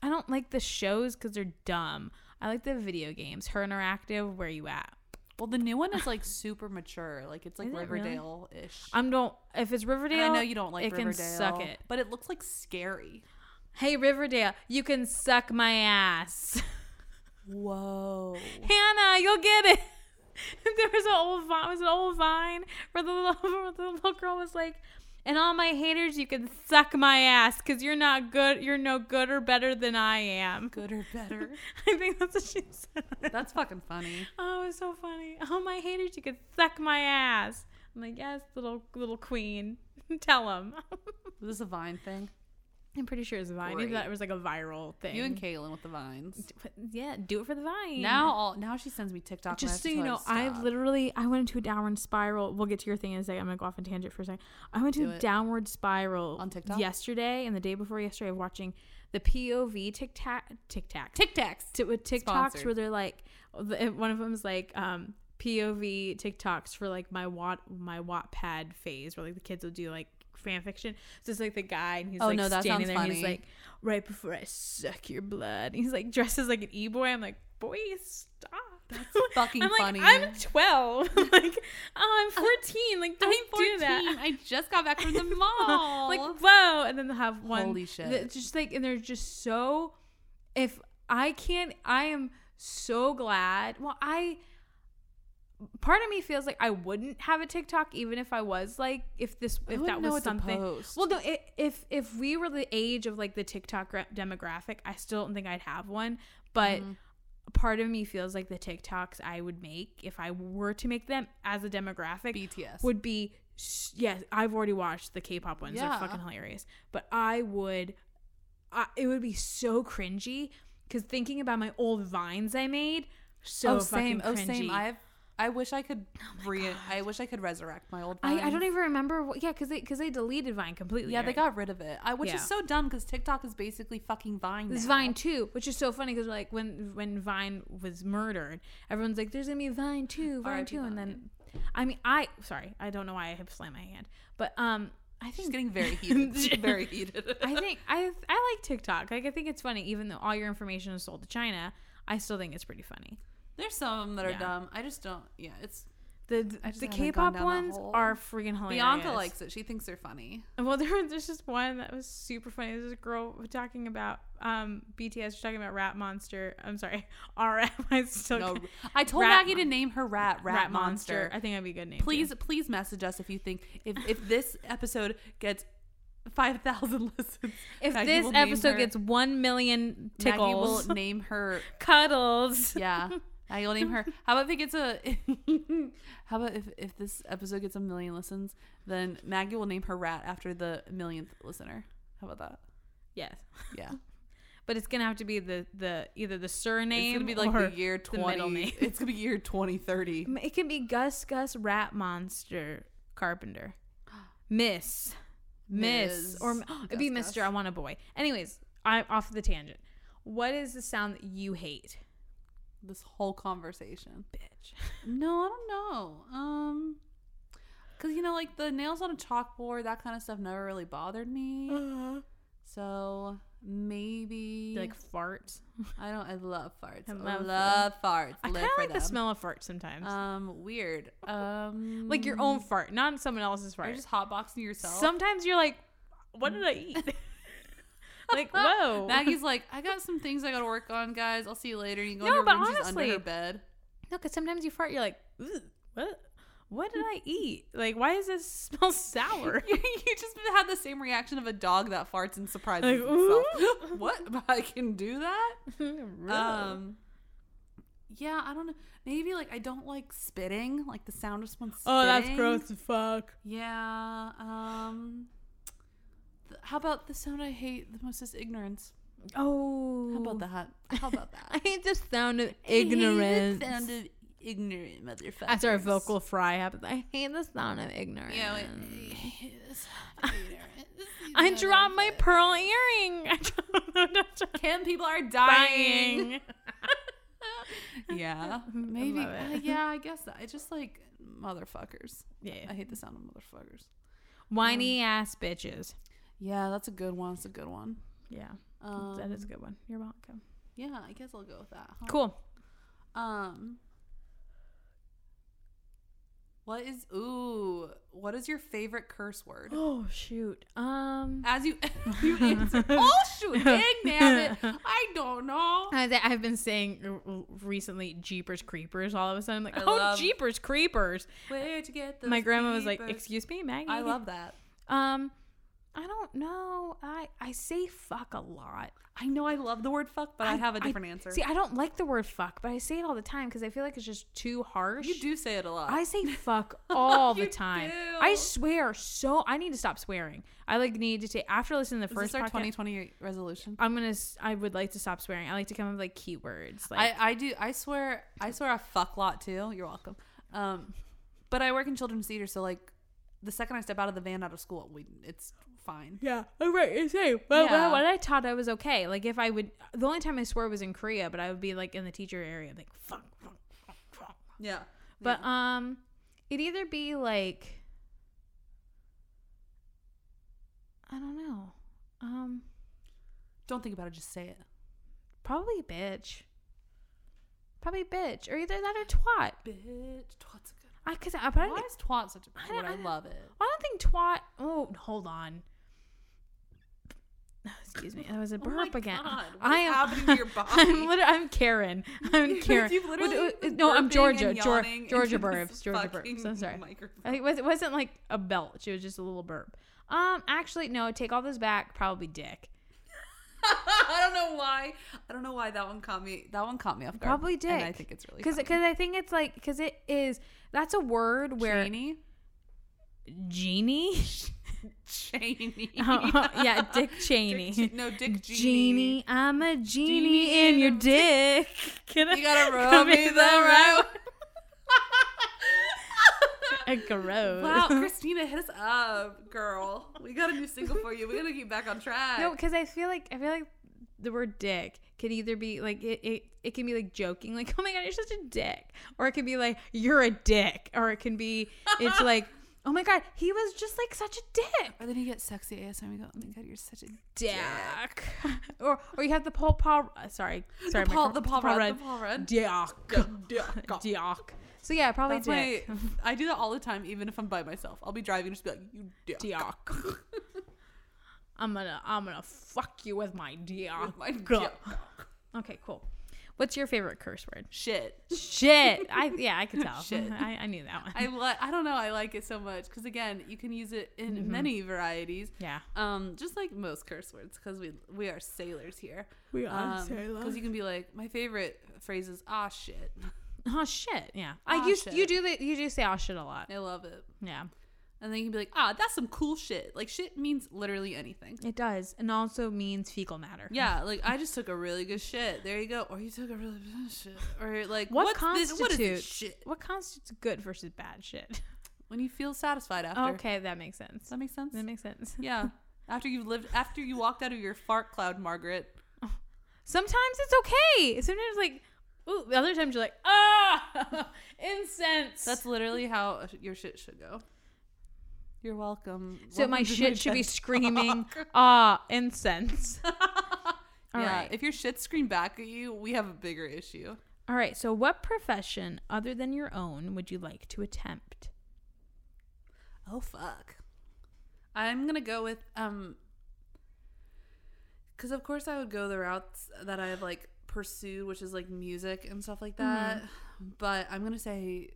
A: I don't like the shows because they're dumb. I like the video games. Her interactive. Where you at?
B: Well, the new one is like super mature. Like it's like
A: Is it really?
B: Riverdale ish.
A: I'm don't. If it's Riverdale,
B: I know you don't like
A: it can
B: Riverdale.
A: suck it.
B: But it looks like scary.
A: Hey Riverdale, you can suck my ass.
B: Whoa.
A: Hannah, you'll get it. there was an old vine, was an old vine where the little, where the little girl was like, and all my haters, you can suck my ass because you're not good. You're no good or better than I am.
B: Good or better.
A: I think that's what she said.
B: That's fucking funny.
A: Oh, it was so funny. All my haters, you can suck my ass. I'm like, yes, little little queen. Tell them.
B: Was this a Vine thing?
A: I'm pretty sure it's Vine.
B: Great.
A: Maybe that was like a viral thing.
B: You and Kaylin with the vines.
A: yeah, do it for the Vine.
B: Now all now she sends me TikTok.
A: just so you know, I literally I went into a downward spiral. We'll get to your thing in a second. I'm gonna go off on tangent for a second. I went
B: Do
A: to a
B: it.
A: downward spiral
B: On TikTok?
A: yesterday and the day before yesterday of watching the POV Tic Tac Tic Tac
B: Tic Tacs.
A: T- with TikToks
B: Sponsored.
A: where they're like the- one of them's like um POV TikToks for like my Watt my Wattpad phase where like the kids will do like fan fiction. So it's like the guy and he's
B: Oh,
A: like
B: no, that
A: standing
B: sounds
A: there and he's
B: funny.
A: like right before I suck your blood. He's like dressed as like an e boy. I'm like boy stop. That's
B: fucking
A: I'm like,
B: funny.
A: I'm 12. like oh, I'm 14. Like don't
B: I'm 14.
A: do that.
B: I just got back from the mall.
A: like whoa, and then they'll have one.
B: Holy shit.
A: that- just like, and they're just so. If I can't, I am so glad. Well, I. Part of me feels like I wouldn't have a TikTok even if I was like if this
B: I
A: if
B: wouldn't
A: that
B: know
A: was
B: what to
A: something.
B: post.
A: Well, no, i if if we were the age of like the TikTok gra- demographic, I still don't think I'd have one. But
B: Mhm.
A: part of me feels like the TikToks I would make if I were to make them as a demographic
B: BTS.
A: would be s- yes i've already watched the k-pop ones
B: Yeah.
A: they're fucking hilarious but i would I, it would be so cringy because thinking about my old vines i made so
B: oh same.
A: fucking
B: Oh
A: cringy Oh
B: same. I have. I wish I could. re-
A: God.
B: I wish I could resurrect my old.
A: I, I
B: Vines.
A: don't even remember what yeah because they because they deleted vine completely
B: Yeah, they
A: right?
B: got rid of it. I, which
A: Yeah.
B: is so dumb because TikTok is basically fucking Vine.
A: This
B: now.
A: Vine too, which is so funny because like when when Vine was murdered, everyone's like, "There's gonna be Vine too, Vine
B: RIP
A: too," and then, I mean, I sorry, I don't know why I have slammed my hand, but um, I think
B: She's getting very heated. She's very heated.
A: I think I I like TikTok. Like I think it's funny, even though all your information is sold to China. I still think it's pretty funny.
B: There's some of them that are
A: Yeah.
B: dumb. I just don't. Yeah, it's
A: The
B: I just
A: the
B: haven't gone
A: K-pop
B: down that
A: ones
B: hole.
A: are freaking hilarious.
B: Bianca likes it. She thinks they're funny.
A: Well, there, was- there's just one that was super funny. There's this girl talking about um BTS. She's talking about Rat Monster. I'm sorry, RM. I still
B: No,
A: can't-
B: I told
A: Rat
B: Maggie to
A: Mon-
B: name her rat Rat, Monster.
A: I think that'd be a good name. too.
B: Please, please message us if you think if if this episode gets five thousand listens.
A: if
B: Maggie
A: this
B: will name
A: episode
B: her-
A: gets one million
B: Maggie will
A: tickles,
B: name her
A: cuddles.
B: Yeah. I will name her. How about if it gets a? how about if, if this episode gets a million listens, then Maggie will name her rat after the millionth listener. How about that?
A: Yes,
B: Yeah,
A: but it's gonna have to be the the either the
B: it's
A: surname
B: gonna be like
A: or
B: the year
A: the middle
B: twenty.
A: name.
B: it's gonna be year twenty thirty.
A: M- It can be Gus Gus Rat Monster Carpenter. Miss. Miss. Or
B: Ms.
A: it'd be
B: Gus
A: Mr.
B: Gus.
A: I want a boy. Anyways, I'm off the tangent. What is the sound that you hate?
B: This whole conversation.
A: Bitch.
B: No, I don't know. Um, cause you know, like the nails on a chalkboard, that kind of stuff never really bothered me. So maybe
A: Like farts.
B: I don't. I love farts.
A: I
B: I
A: love
B: love, farts.
A: I
B: Live
A: kind of
B: for
A: like the
B: them.
A: smell of farts sometimes.
B: Um, weird. Um,
A: like your own fart, not someone else's
B: Or
A: fart.
B: just hotboxing yourself.
A: Sometimes you're like, what did I
D: Mm.
A: eat? like, whoa.
B: Maggie's like, I got some things I got to work on, guys. I'll see you later. You can go
A: No,
B: no, in her
A: but
B: room. She's
A: honestly-
B: under her bed.
A: No, because sometimes you fart, you're like, "Ugh, what? What did I eat? Like, why does this smell sour?
B: you just had the same reaction of a dog that farts and surprises
A: Like,
B: itself.
A: "Ooh."
B: what? I can do that.
D: Oh,
A: um,
B: Um, yeah, I don't know. Maybe like I don't like spitting, like the sound Oh,
D: oh,
B: of someone. Spitting.
A: Oh, that's gross as fuck.
B: Yeah. Um. th- How about the sound I hate the most is ignorance?
D: Oh,
B: How about that? How about
D: I
B: that?
D: hate the sound of
B: I hate the
D: ignorance.
B: sound of ignorant motherfuckers.
D: After a vocal fry happens, I hate the sound of ignorance.
B: Yeah. Like, I hate the sound of ignorance.
D: I dropped my pearl earring. I dropped it.
B: Kim, people are dying. Yeah, maybe.
A: love it.
B: uh, yeah, I guess that. I just like motherfuckers.
A: Yeah.
B: I hate the sound of motherfuckers.
D: Whiny ass bitches.
B: Yeah, that's a good one. That's a good one.
A: Yeah.
B: Um,
A: that is a good one. You're welcome.
B: Yeah, I guess I'll go with that. huh?
D: Cool.
B: Um, what is ooh? What is your favorite curse word?
A: Oh shoot. Um
B: As you you answer, oh shoot, dang, damn it! I don't know.
A: I- that I've been saying r- r- recently Jeepers Creepers all of a sudden I'm like,
B: I
A: "Oh,
B: love-
A: Jeepers Creepers."
B: Where'd you get those?
A: My grandma was like,
B: papers?
A: "Excuse me, Maggie."
B: I love that.
A: Um I don't know. I I say fuck a lot.
B: I know I love the word fuck, but I, have a different answer.
A: See, I don't like the word fuck, but I say it all the time because I feel like it's just too harsh.
B: you do say it a lot.
A: I say fuck all the
B: You
A: time.
B: do.
A: I swear so. I need to stop swearing. I like need to take after listening to the
B: is this
A: first
B: our
A: podcast.
B: 2020 resolution?
A: I'm gonna. s- I would like to stop swearing. I like to come up with like keywords. Like
B: I, I do. I swear. I swear a fuck lot too. You're welcome. Um, but I work in children's theater, so like, the second I step out of the van out of school, we it's fine.
A: yeah, all Oh, right. It's hey. Well,
B: Yeah.
A: well, what I taught, I was okay. Like if I would, the only time I swore was in Korea, but I would be like in the teacher area, like fuck, fuck, fuck, fuck.
B: Yeah.
A: But um, it'd either be like, I don't know, um,
B: Don't think about it. Just say it.
A: probably bitch, probably bitch, or either that or twat.
B: Bitch. Twat's a good.
A: I cause I, but I,
B: Why
A: don't-
B: is twat such a bad
A: don't-
B: word?
A: I
B: I
A: don't-
B: love it.
A: I don't think twat. Oh, hold on. Excuse me, that was a
B: Oh
A: burp again. I am.
B: your body?
A: I'm literally, I'm Karen. I'm Karen.
B: You've
A: What-
B: literally
A: what-
B: been
A: uh, no, I'm
B: burping
A: Georgia.
B: and
A: Geor-
B: yawning
A: Georgia
B: into
A: burps.
B: this
A: Georgia
B: fucking
A: burps. I'm sorry.
B: microphone.
A: I think It was- it wasn't like a belch. It was just a little burp. Um, actually, no. Take all this back. Probably dick.
B: I don't know why. I don't know why that one caught me. That one caught me off guard.
A: Probably
B: And I
A: dick.
B: think it's really
A: Because
B: funny.
A: because I think it's like because it is that's a word where
B: Janie?
A: genie.
B: Cheney.
A: Oh, yeah, Dick Cheney.
B: Dick, no, Dick Genie.
A: Genie, I'm a genie,
B: Genie
A: in your
B: in a-
A: dick. Can I-
B: You gotta rub
A: Come
B: me
A: in
B: the right.
A: Uh, Gross.
B: wow, Christina, hit us up, girl. We got a new single for you. We gotta get back on track.
A: No, because I feel like I feel like the word dick could either be like it, it it can be like joking, like, oh my god, you're such a dick. Or it can be like, you're a dick. Or it can be it's like, oh my god, he was just like such a dick.
B: and then you get sexy ASM. We go, oh my god, you're such a
A: Dick. or or you have the Paul Paul uh, sorry. Sorry,
B: the
A: my
B: Paul,
A: cor-
B: the Paul, Rudd, the Paul Rudd.
A: Dick. Dick. So yeah, probably
B: That's my.
A: dick.
B: I do that all the time, even if I'm by myself. I'll be driving, just be like, you dick.
A: Dick. I'm gonna I'm gonna fuck you with my dick.
B: With my
A: Go.
B: dick.
A: Okay, cool. What's your favorite curse word?
B: Shit.
A: Shit. I yeah, I could tell.
B: Shit.
A: I, I knew that one.
B: I li- I don't know. I like it so much because again, you can use it in
A: Mm-hmm.
B: many varieties.
A: yeah.
B: Um, just like most curse words, because we we are sailors here.
A: We
B: Because Um, you can be like, my favorite phrase is "ah shit."
A: Oh shit. Yeah.
B: Aw,
A: I you you
B: shit.
A: do the, you do say oh shit a lot.
B: I love it.
A: Yeah.
B: And then you can be like, "Ah, that's some cool shit." Like shit means literally anything.
A: It does. And also means fecal matter.
B: Yeah, like I just took a really good shit. There you go. Or you took a really bad shit. Or like
A: What
B: what's this? What is this
A: constitutes-
B: shit?
A: What constitutes good versus bad shit?
B: When you feel satisfied after.
A: Okay, that makes sense.
B: Does that make sense?
A: That makes sense.
B: yeah. After you've lived, after you walked out of your fart cloud, Margaret.
A: Sometimes it's okay. Sometimes like ooh, the other times you're like, ah incense.
B: That's literally how a sh- your shit should go. You're welcome.
A: so my
B: Welcome to
A: shit should be
B: TED
A: screaming
B: Talk.
A: ah incense. All
B: yeah.
A: right.
B: If your shit scream back at you, we have a bigger issue.
A: All right. So, what profession other than your own would you like to attempt?
B: Oh fuck. I'm gonna go with um because of course I would go the routes that I've like pursued, which is like music and stuff like that. But I'm gonna say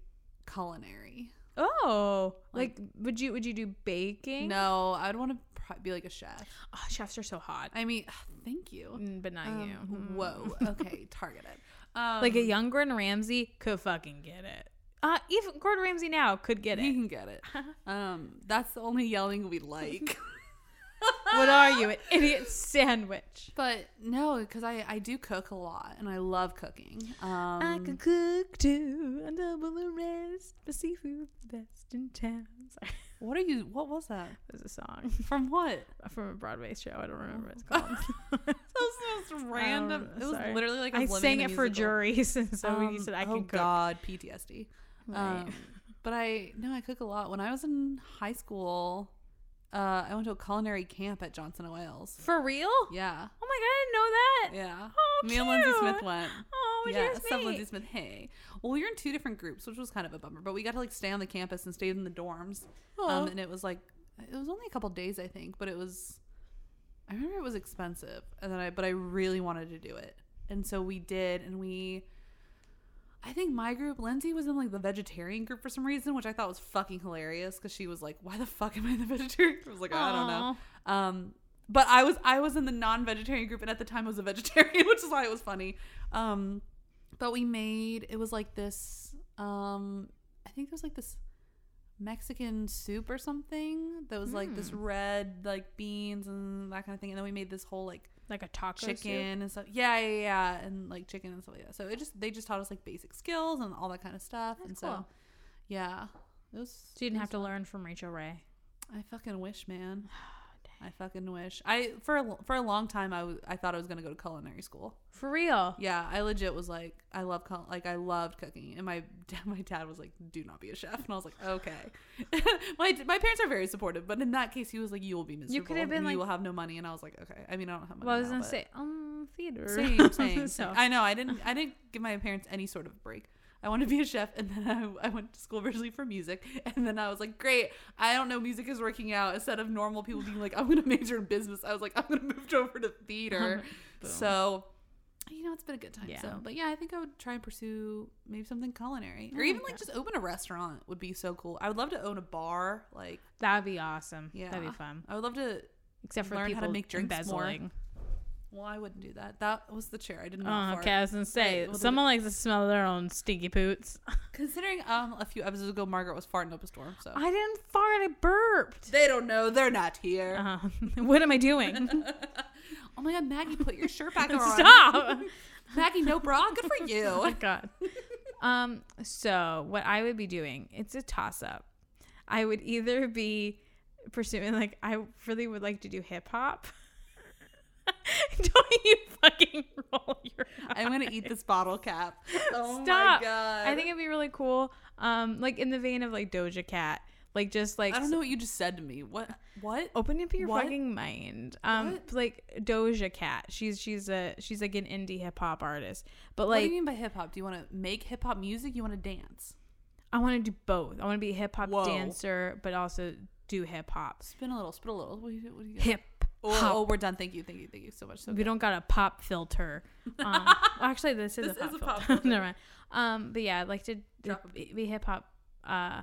B: culinary.
A: Oh, like, would you would you do baking?
B: No, I'd want to pr- be like a chef.
A: Oh, chefs are so hot,
B: I mean, thank you.
A: Mm, but not you.
B: Um,
A: Mm.
B: Whoa. Okay, targeted. Um,
A: Like a young Gordon Ramsay could fucking get it. Uh, even Gordon Ramsay now could get
B: He
A: it.
B: can get it. Um, that's the only yelling we like.
A: What are you, an idiot sandwich?
B: But no, because I, I do cook a lot and I love cooking. Um,
A: I can cook too, a double the rest. The seafood, the best in town. Sorry,
B: what are you? What was that
A: there's a song
B: from? What?
A: from a Broadway show. I don't remember what it's called.
B: That was the most random.
A: Um,
B: it was
A: sorry.
B: literally like Oh, I
A: I
B: was living
A: sang
B: in a
A: it for
B: musical.
A: juries, and so we
B: Um,
A: said I
B: oh
A: can cook.
B: God, PTSD.
A: Right.
B: Um, but I no, I cook a lot. When I was in high school, uh, I went to a culinary camp at Johnson and Wales.
D: For real? Oh
B: Yeah,
D: my god, I didn't know that.
B: yeah.
D: Oh,
B: Me and Lindsay
D: cute.
B: Smith went.
D: Oh, would
B: yeah,
D: you guys
B: sub Lindsay
D: meet?
B: Smith. Hey, well, we were in two different groups, which was kind of a bummer. But we got to like stay on the campus and stay in the dorms.
D: Aw.
B: Um, and it was like it was only a couple days, I think, but it was. I remember it was expensive, and then I but I really wanted to do it, and so we did, and we. I think my group, Lindsay was in like the vegetarian group for some reason, which I thought was fucking hilarious because she was like, "Why the fuck am I in the vegetarian?" group?" I was like, "I don't know." Um, but I was I was in the non-vegetarian group, and at the time I was a vegetarian, which is why it was funny. Um, but we made it was like this. Um, I think it was like this Mexican soup or something that was like
D: Hmm.
B: this red like beans and that kind of thing. And then we made this whole like
A: like a taco soup.
B: chicken and stuff. Yeah, yeah, yeah, and like chicken and stuff like that. So it just they just taught us like basic skills and all that kind of stuff. and so
D: cool.
B: yeah, it was.
D: So you
B: it
D: didn't
B: was
D: have to learn from Rachel Ray.
B: I fucking wish, man. I fucking wish. I for a, for a long time I was I thought I was gonna go to culinary school.
D: For real.
B: Yeah, I legit was like I love cul- like I loved cooking, and my dad, my dad was like, "Do not be a chef," and I was like, "Okay." my my parents are very supportive, but in that case, he was like, "You will be miserable.
D: could have been
B: and
D: like-
B: you will have no money," and I was like, "Okay." I mean, I don't have money.
D: Well, I was
B: now,
D: gonna
B: but-
D: say, um, theater.
B: Same, same,
D: So-
B: same. I know. I didn't. I didn't give my parents any sort of break. I wanted to be a chef, and then I, I went to school originally for music, and then I was like, "Great, I don't know, music is working out." Instead of normal people being like, "I'm going to major in business," I was like, "I'm going to move over to theater."
A: Boom.
B: so, you know, it's been a good time.
A: Yeah.
B: So, but yeah, I think I would try and pursue maybe something culinary, or
A: I
B: even
A: like
B: like just open a restaurant would be so cool. I would love to own a bar. Like,
A: That'd be awesome.
B: yeah,
A: That'd be fun.
B: I would love to.
A: Except for
B: Learn
A: people
B: how to make drinks more.
A: embezzling.
B: Well, I wouldn't do that. That was the chair. I didn't.
A: Oh, okay, I was gonna say
B: Wait, what did
A: someone likes to smell their own stinky poots.
B: Oh. Considering um a few episodes ago Margaret was farting up a storm, so
A: I didn't fart. I burped.
B: they don't know they're not here.
A: Um, what am I doing?
B: Uh, oh my god, Maggie, put your shirt back on.
A: Stop.
B: Maggie, no bra. Good for
A: Oh my
B: you.
A: god. um, so what I would be doing, it's a toss up. I would either be pursuing like I really would like to do hip hop. Don't you fucking roll your
B: I'm gonna eat this bottle cap. Oh
A: Stop.
B: my god.
A: I think it'd be really cool. Um, like in the vein of like Doja Cat. Like just like
B: I don't know what you just said to me. What? Oh, What?
A: open up your
B: What?
A: fucking mind. Um
B: What?
A: like Doja Cat. She's she's a she's like an indie hip hop artist. But
B: what do
A: like
B: you mean by hip hop? Do you want to make hip hop music? You want to dance?
A: I want to do both. I want to be a hip hop
B: Whoa.
A: dancer, but also do hip hop.
B: Spin a little. Spin a little. What do you? What do you got?
A: Hip
B: Oh,
A: hop.
B: oh, we're done. Thank you. Thank you. Thank you so much. So
A: we don't got a pop filter. Um, well, actually, this is
B: This
A: a pop
B: is a
A: filter.
B: pop filter.
A: Never mind. Um, but yeah, I'd like to
B: Drop a
A: be, hip hop. Uh,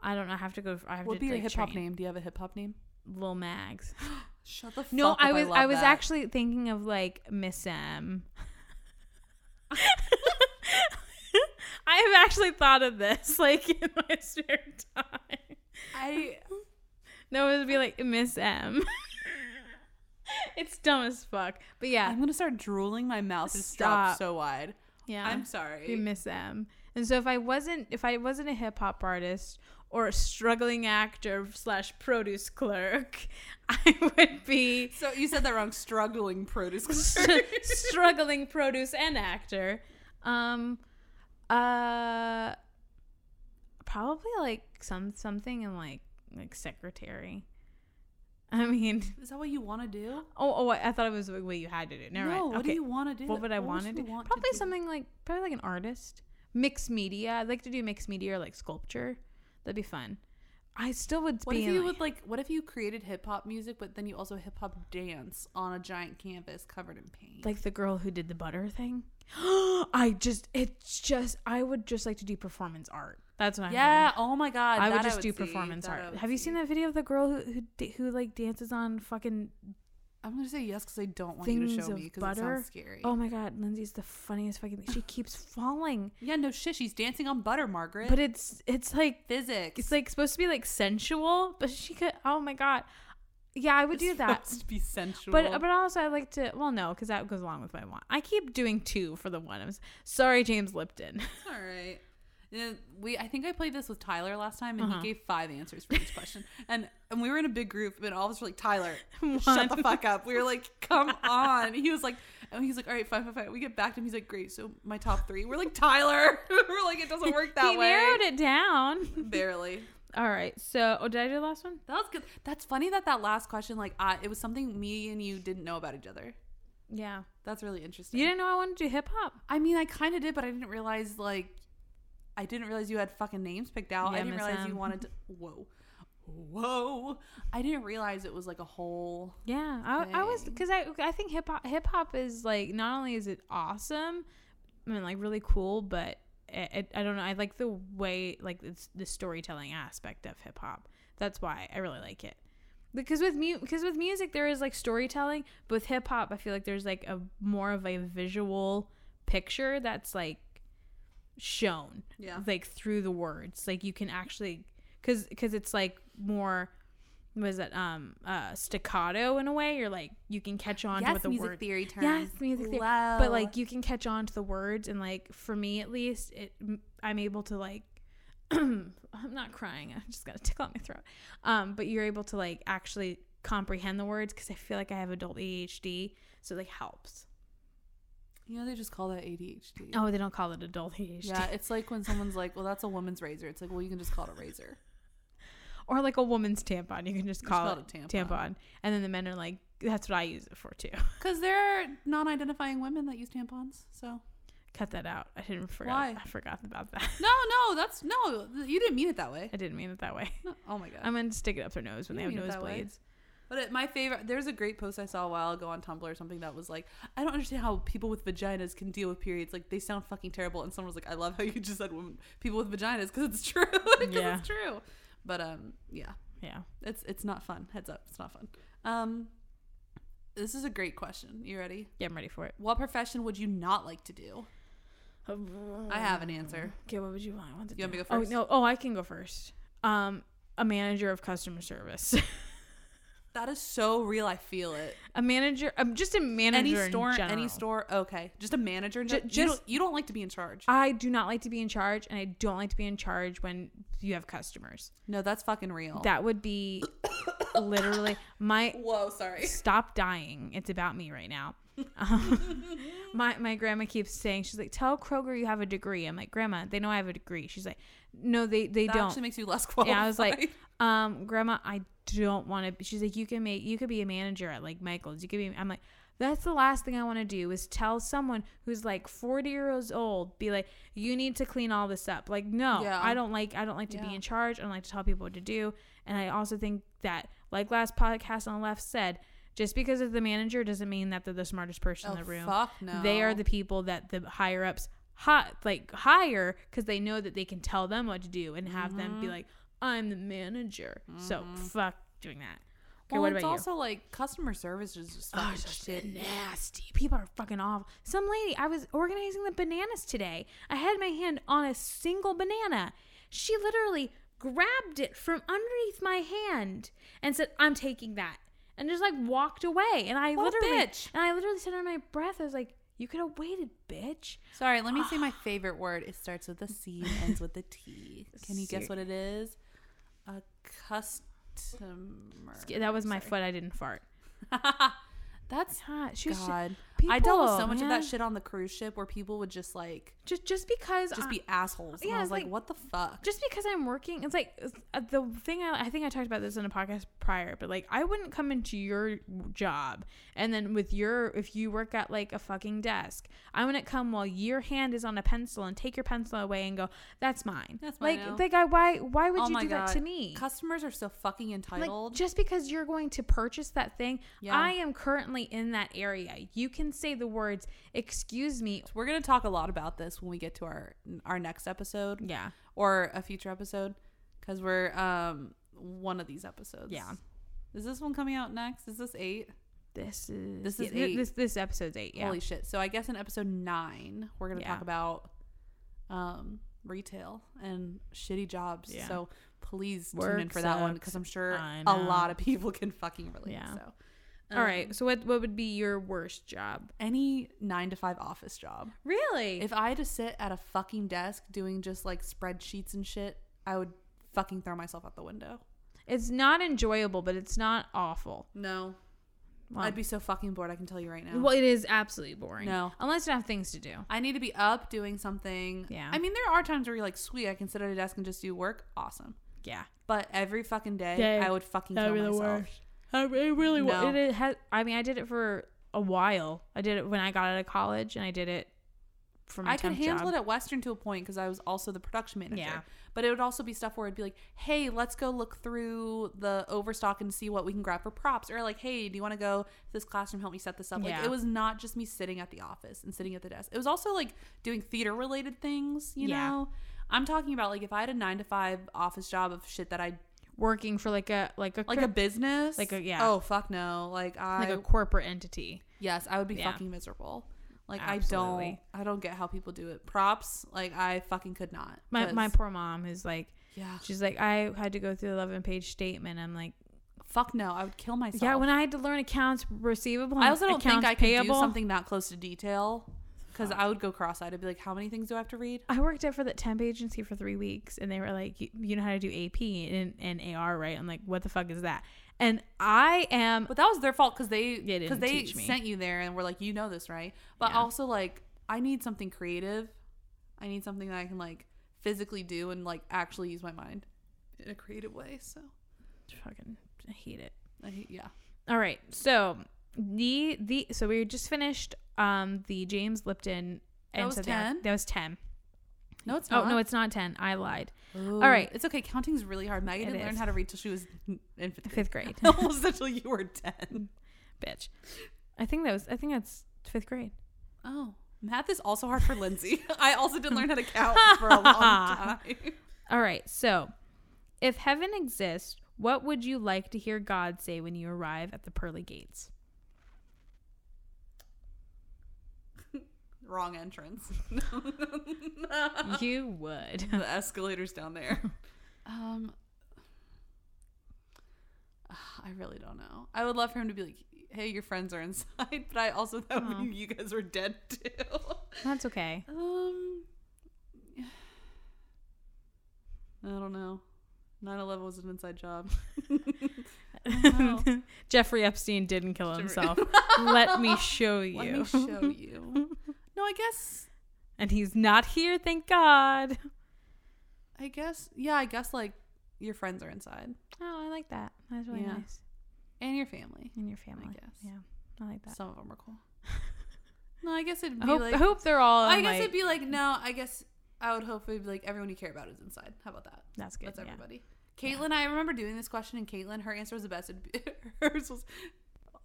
A: I don't know. I have to go. I have
B: What would
A: to
B: be your
A: like,
B: hip hop
A: train.
B: name? Do you have a hip hop name?
A: Lil Mags.
B: Shut the fuck
A: No,
B: up.
A: I was
B: love
A: I, was
B: that.
A: actually thinking of like Miss M. I have actually thought of this like in my spare time.
B: I
A: No, it would be like Miss M. it's dumb as fuck. But yeah,
B: I'm gonna start drooling. My mouth is
A: Stop.
B: dropped so wide.
A: yeah.
B: I'm
A: we
B: sorry.
A: miss them. And so if I wasn't if I wasn't a hip hop artist or a struggling actor slash produce clerk, I would be
B: So you said that wrong. Struggling produce.
A: st- struggling produce and actor. Um, uh, probably like some something in like like secretary. I mean,
B: Is that what you want to do?
A: oh oh, I I thought it was the way you had to do. it. Never
B: no.
A: mind.
B: What
A: okay.
B: do you want to do?
A: what would I want to
B: would
A: do?
B: you want
A: probably
B: do?
A: something like probably like an artist, mixed media. I'd like to do mixed media or like sculpture. That'd be fun. I still would
B: What
A: be
B: if
A: in,
B: you
A: like,
B: would like? What if you created hip hop music, but then you also hip hop dance on a giant canvas covered in paint?
A: like the girl who did the butter thing. I just it's just I would just like to do performance art. That's what I'm
B: yeah. Oh my god.
A: I would
B: that
A: just do
B: see,
A: performance
B: that I
A: art.
B: would
A: Have you
B: see.
A: seen that video of the girl who who, da- who like dances on fucking?
B: I'm gonna say yes because I don't want you to
A: Things
B: show
A: of
B: me because it
A: butter?
B: sounds scary.
A: Oh my god, Lindsay's the funniest fucking. thing. She keeps falling,
B: yeah. No shit. She's dancing on butter, Margaret.
A: but it's it's like
B: Physics.
A: it's like supposed to be like sensual, but she could. Oh my god, yeah, I would do
B: It's
A: that.
B: supposed to be sensual.
A: But uh, but also I like to well no because that goes along with what I want. I keep doing two for the one. I'm s- sorry, James Lipton.
B: all right. Uh, We I think I played this with Tyler last time and
A: Uh-huh.
B: he gave five answers for each question. And and we were in a big group and all of us were like, Tyler, shut the fuck up. We were like, come on. He was like and he's like, all right, fine, fine, fine. We get back to him. He's like, great. So my top three. We're like, Tyler. we're like, it doesn't work that
A: he
B: way.
A: narrowed it down.
B: Barely.
A: All right. So oh, did I do the last one?
B: That was good. That's funny that that last question, like, I, it was something me and you didn't know about each other.
A: Yeah.
B: That's really interesting.
A: You didn't know I wanted to do hip hop.
B: I mean, I kind of did, but I didn't realize like I didn't realize you had fucking names picked out. I
A: Yeah,
B: didn't
A: Miss
B: realize you
A: M.
B: wanted to. Whoa, whoa! I didn't realize it was like a whole.
A: Yeah, I, I was
B: Dang.
A: because I I think hip hop hip hop is like not only is it awesome, I mean like really cool, but it, it, I don't know. I like the way like it's the storytelling aspect of hip hop. That's why I really like it. Because with mu- because with music there is like storytelling, but with hip hop I feel like there's like a more of a visual picture that's like shown
B: Yeah.
A: like through the words like you can actually because because it's like more was it um uh staccato in a way you're like you can catch on to
B: Yes,
A: what the
B: music
A: words
B: theory terms.
A: yes music theory. but
B: Love.
A: like you can catch on to the words and like for me at least it m- i'm able to like i'm not crying i just got a tickle on my throat um but you're able to like actually comprehend the words because i feel like i have adult adhd so it like helps
B: you know, they just call that ADHD.
A: oh they don't call it adult adhd
B: Yeah, it's like when someone's like, "Well, that's a woman's razor." It's like, "Well, you can just call it a razor."
A: or like a woman's tampon. You can just
B: Just
A: call,
B: call it
A: it,
B: a
A: tampon.
B: tampon.
A: And then the men are like, that's what I use it for too.
B: Because there are non-identifying women that use tampons. So
A: Cut that out. I didn't forget.
B: Why?
A: I forgot about that.
B: no, no, that's no. You didn't mean it that way.
A: I didn't mean it that way.
B: No, oh my god.
A: I'm gonna stick it up their nose when
B: You
A: they
B: mean it
A: have
B: that way.
A: nosebleeds.
B: But it, my favorite, there's a great post I saw a while ago on Tumblr or something that was like, I don't understand how people with vaginas can deal with periods. Like they sound fucking terrible. And someone was like, I love how you just said women, people with vaginas because it's true. 'Cause
A: Yeah.
B: it's true. But um, yeah,
A: Yeah.
B: it's it's not fun. Heads up, it's not fun. Um, this is a great question. You ready?
A: Yeah, I'm ready for it.
B: What profession would you not like to do? I have an answer.
A: Okay, what would you want? I want to
B: Oh, You want me
A: do-
B: to go first?
A: Oh no. Oh, I can go first. Um, a manager of customer service.
B: That is so real. I feel it.
A: a manager. I'm just a manager.
B: any store,
A: in general.
B: any store. Okay, just a manager. in
A: Ju-
B: gen- you,
A: just-
B: don't, you don't like to be in charge.
A: I do not like to be in charge, and I don't like to be in charge when you have customers.
B: No, that's fucking real.
A: That would be literally my
B: Whoa, sorry.
A: stop dying. It's about me right now. Um, my my grandma keeps saying she's like, tell Kroger you have a degree. I'm like, grandma, they know I have a degree. She's like, no, they they
B: that
A: don't.
B: actually makes you less qualified.
A: Yeah, I was like, um, grandma, I don't want to. be She's like, you can make you could be a manager at like Michaels. You could be. I'm like, that's the last thing I want to do is tell someone who's like 40 years old, be like, you need to clean all this up. Like, no,
B: Yeah.
A: I don't like I don't like to
B: Yeah.
A: be in charge. I don't like to tell people what to do. And I also think that, like last podcast on the left said, just because of the manager doesn't mean that they're the smartest person
B: oh,
A: in the room.
B: fuck no.
A: They are the people that the higher ups hot like hire because they know that they can tell them what to do and have them
B: Mm-hmm.
A: be like, "I'm the manager." So fuck doing that. Okay,
B: Well,
A: what
B: it's
A: about
B: also like customer service is just
A: you?
B: fucking
A: it's just
B: shit.
A: nasty. People are fucking awful. Some lady, I was organizing the bananas today. I had my hand on a single banana. She literally grabbed it from underneath my hand and said, "I'm taking that," and just like walked away. And I
B: What a
A: literally,
B: bitch.
A: and I literally said under my breath, "I was like, you could have waited, bitch."
B: Sorry, let me say my favorite word. It starts with a C and ends with a T. Can you
A: Ser-
B: guess what it is? A customer.
A: Sca- That was my foot. I didn't fart.
B: That's
A: God, she was just,
B: God. I dealt with so
A: people,
B: much
A: man.
B: of that shit on the cruise ship where people would just like
A: just just because
B: just
A: I-
B: be assholes. And
A: Uh, yeah,
B: I
A: it's
B: was like,
A: like-
B: what the fuck?
A: just because I'm working. It's like it's- uh, the thing I, I think I talked about this in a podcast prior, but like I wouldn't come into your job and then with your if you work at like a fucking desk, I wouldn't come while your hand is on a pencil and take your pencil away and go, "That's mine."
B: That's mine
A: like
B: now.
A: like I why why would
B: Oh
A: you
B: my
A: do that to
B: God.
A: me?
B: Customers are so fucking
A: Like
B: entitled.
A: just because you're going to purchase that thing,
B: Yeah.
A: I am currently in that area. You can say the words "excuse me."
B: We're gonna talk a lot about this when we get to our our next episode.
A: Yeah.
B: or a future episode because we're um one of these episodes.
A: Yeah.
B: Is this one coming out next? Is this eight?
A: This is
B: This is
A: yeah, thi-
B: eight.
A: This this episode's eight. Yeah.
B: Holy shit! So I guess in episode nine we're gonna
A: Yeah.
B: talk about um retail and shitty jobs.
A: Yeah.
B: So please tune in
E: Work
B: for that one
E: sucks.
B: because I'm sure
E: I
B: a
E: know.
B: lot of people can fucking relate.
E: Yeah.
B: So,
A: All right.
B: Um,
A: So what what would be your worst job?
B: any nine to five office job.
A: Really?
B: If I had to sit at a fucking desk doing just like spreadsheets and shit, I would fucking throw myself out the window.
A: it's not enjoyable, but it's not awful.
B: No,
A: Well,
B: I'd be so fucking bored. I can tell you right now.
A: well, it is absolutely boring.
B: No.
A: Unless you have things to do.
B: I need to be up doing something.
A: Yeah.
B: I mean, there are times where you're like, sweet, I can sit at a desk and just do work. Awesome.
A: Yeah.
B: But every fucking day,
E: Day.
B: I would fucking
E: That'd be
B: kill
E: the
B: myself.
E: worst. I, it really
B: wa-
E: was.
B: No.
A: It, it has, I mean, I did it for a while. I did it when I got out of college, and I did it for my
B: I could
A: temp
B: handle
A: job.
B: it at Western to a point because I was also the production manager.
A: Yeah.
B: But it would also be stuff where I'd be like, hey, let's go look through the overstock and see what we can grab for props. Or like, hey, do you want to go to this classroom? Help me set this up. Like,
A: Yeah.
B: it was not just me sitting at the office and sitting at the desk. It was also like doing theater related things, you
A: Yeah.
B: know? I'm talking about like if I had a nine to five office job of shit that I
A: working for like a like a
B: like a business,
A: Like a- yeah.
B: Oh fuck no! Like I
A: like a corporate entity.
B: Yes, I would be
A: Yeah.
B: fucking miserable. Like
A: Absolutely.
B: I don't, I don't get how people do it. Props, like I fucking could not.
A: My
B: 'cause-
A: my poor mom is like
B: yeah,
A: she's like I had to go through the eleven page statement. I'm like
B: fuck no, I would kill myself.
A: yeah. When I had to learn accounts receivable, and
B: I also don't think
A: accounts
B: I could
A: payable,
B: do something that close to detail because I would go cross-eyed. I'd be like, how many things do I have to read?
A: I worked at for that temp agency for three weeks, and they were like, "You, you know how to do AP and, and AR, right?" I'm like, "What the fuck is that?" And I am
B: But that was their fault because they
A: They didn't
B: because they
A: teach me.
B: sent you there and were like, you know this, right? But
A: Yeah.
B: also like, I need something creative. I need something that I can like physically do and like actually use my mind in a creative way. So
A: fucking I hate it.
B: I hate, yeah.
A: All right, so the the so we just finished um the James Lipton.
B: That was Uh-huh.
A: so they were-
B: 10?
A: That was ten.
B: No, it's
A: Oh
B: not.
A: no, it's not ten. I lied.
B: All
A: right.
B: it's okay. Counting's really hard. Maggie
A: It
B: didn't learn
A: is.
B: how to read till she was in fifth grade.
A: Fifth grade,
B: Almost until you were ten.
A: bitch. I think that was. I think that's fifth grade.
B: Oh, math is also hard for Lindsay. I also didn't learn how to count for a long time.
A: All right, so if heaven exists, what would you like to hear God say when you arrive at the pearly gates?
B: Wrong entrance.
A: you would.
B: the escalators down there. Um, I really don't know. I would love for him to be like, "Hey, your friends are inside," but I also thought
A: Aw.
B: you guys were dead too.
A: That's okay.
B: Um, I don't know. 9-11 was an inside job. Wow.
A: Jeffrey Epstein didn't kill
B: Jeffrey-
A: himself. Let me show you.
B: Let me show you. No, I guess.
A: and he's not here, thank God.
B: I guess. Yeah, I guess like your friends are inside
A: Oh, I like that. That's really
B: Yeah.
A: nice.
B: and your family.
A: And your family.
B: guess.
A: Yeah, I like that.
B: Some of them are cool. no, I guess it'd
A: I
B: be
A: hope,
B: like.
A: I hope they're all.
B: I
A: in,
B: guess
A: like-
B: it'd be like no. I guess I would hope it'd be like everyone you care about is inside. How about that?
A: That's good.
B: That's
A: yeah.
B: everybody. Caitlin, I remember doing this question, and Caitlin, her answer was the best. It'd be, hers was,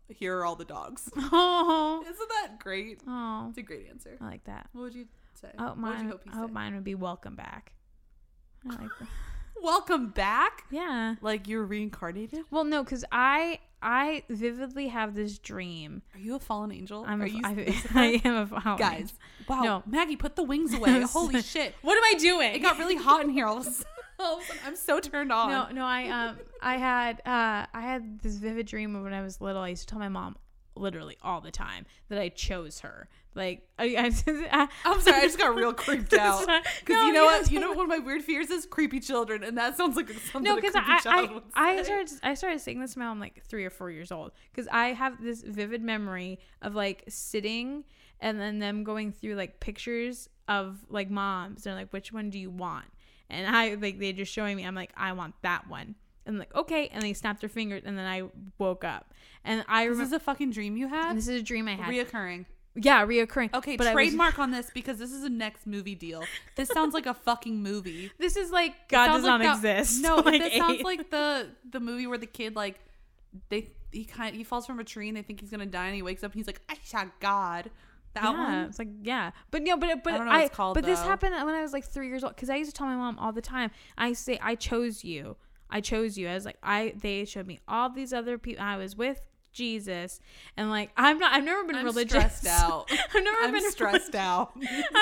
B: "Here are all the dogs."
A: Oh,
B: Isn't that great?
A: oh,
B: It's a great answer.
A: I like that.
B: What would you say?
A: Oh,
B: what would
A: mine.
B: you hope he
A: I hope
B: said?
A: mine would be welcome back. I like that.
B: Welcome back.
A: yeah.
B: Like you're reincarnated.
A: Well, no, because I I vividly have this dream.
B: Are you a fallen angel?
A: I'm
B: Are
A: a,
B: you
A: I,
B: Lucifer?
A: I am a fallen
B: guys? Wow,
A: No.
B: Maggie, put the wings away. Holy shit!
A: What am I doing?
B: It got really hot in here. All of a sudden, All of a sudden. I'm so turned on.
A: no, no. I um I had uh I had this vivid dream of when I was little. I used to tell my mom literally all the time that I chose her. Like I, I,
B: I'm sorry. I just got real creeped out because
A: No,
B: you know
A: yeah,
B: what? You know what one of my weird fears is creepy children, and that sounds like something
A: no,
B: a creepy
A: because I,
B: child
A: I,
B: would
A: I
B: say.
A: started I started saying this to my mom like three or four years old because I have this vivid memory of like sitting and then them going through like pictures of like moms. They're like, which one do you want? And I like they just showing me. I'm like, I want that one. And like okay, and they snapped their fingers, and then I woke up, and I
B: This
A: remember
B: is a fucking dream you had.
A: this is a dream I had.
B: Reoccurring.
A: yeah, reoccurring.
B: Okay,
A: But I was-
B: trademark on this because this is a next movie deal. This sounds like a fucking movie.
A: this is like God does
B: Sounds
A: not
B: like that-
A: exist.
B: No,
A: like,
B: this sounds
A: eight-
B: like the the movie where the kid like they he kind he falls from a tree and they think he's gonna die and he wakes up and he's like I shot God. That
A: yeah,
B: one.
A: It's like yeah, but no, but but I,
B: don't know what it's called,
A: but this
B: though.
A: happened when I was like three years old because I used to tell my mom all the time. I used to say I chose you, I chose you. I was like I. They showed me all these other people I was with. Jesus. And like I'm not I've never been
B: I'm
A: religious.
B: stressed out.
A: I've never
B: I'm
A: been
B: stressed out.
A: I've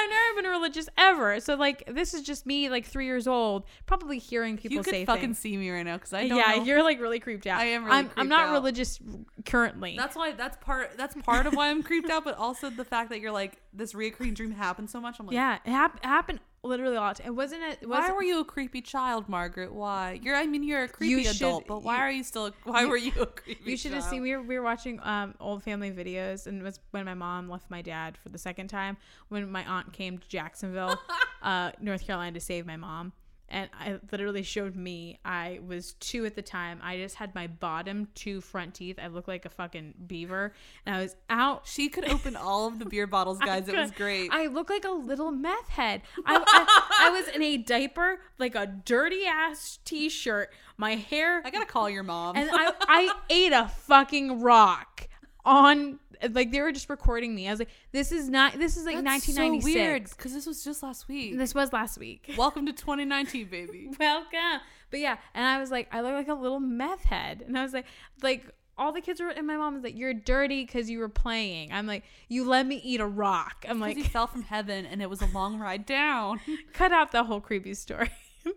A: never been religious ever. So like this is just me like 3 years old probably hearing people
B: You
A: say
B: could fucking
A: things.
B: see me right now because I don't
A: Yeah,
B: know.
A: you're like really creeped out.
B: I am really
A: I'm, I'm
B: creeped
A: not
B: out.
A: religious currently.
B: That's why that's part that's part of why I'm creeped out, but also the fact that you're like this reoccurring dream happened so much. I'm like,
A: yeah, it hap- happened literally a lot. It wasn't a, it
B: why
A: wasn't
B: were you a creepy child, Margaret? Why? You're I mean you're a creepy
A: should-
B: adult, but why
A: you-
B: are you still why were you a creepy?
A: You should have
B: child?
A: seen. We were, we were watching um, old family videos, and it was when my mom left my dad for the second time. When my aunt came to Jacksonville, uh, North Carolina, to save my mom, and I literally showed me. I was two at the time. I just had my bottom two front teeth. I looked like a fucking beaver, and I was out
B: She could open all of the beer bottles, guys. It was great.
A: I look like a little meth head. I, I, I was in a diaper, like a dirty ass t shirt. My hair
B: I gotta call your mom.
A: and I, I ate a fucking rock on like they were just recording me. I was like, this is not this is like
B: That's so
A: 1996.
B: because this was just last week.
A: This was last week.
B: Welcome to 2019, baby.
A: Welcome. But yeah, and I was like, I look like a little meth head, and I was like, like all the kids were, and my mom was like, you're dirty because you were playing. I'm like, you let me eat a rock. I'm
B: Because
A: like,
B: he fell from heaven and it was a long ride down.
A: cut out the whole creepy story.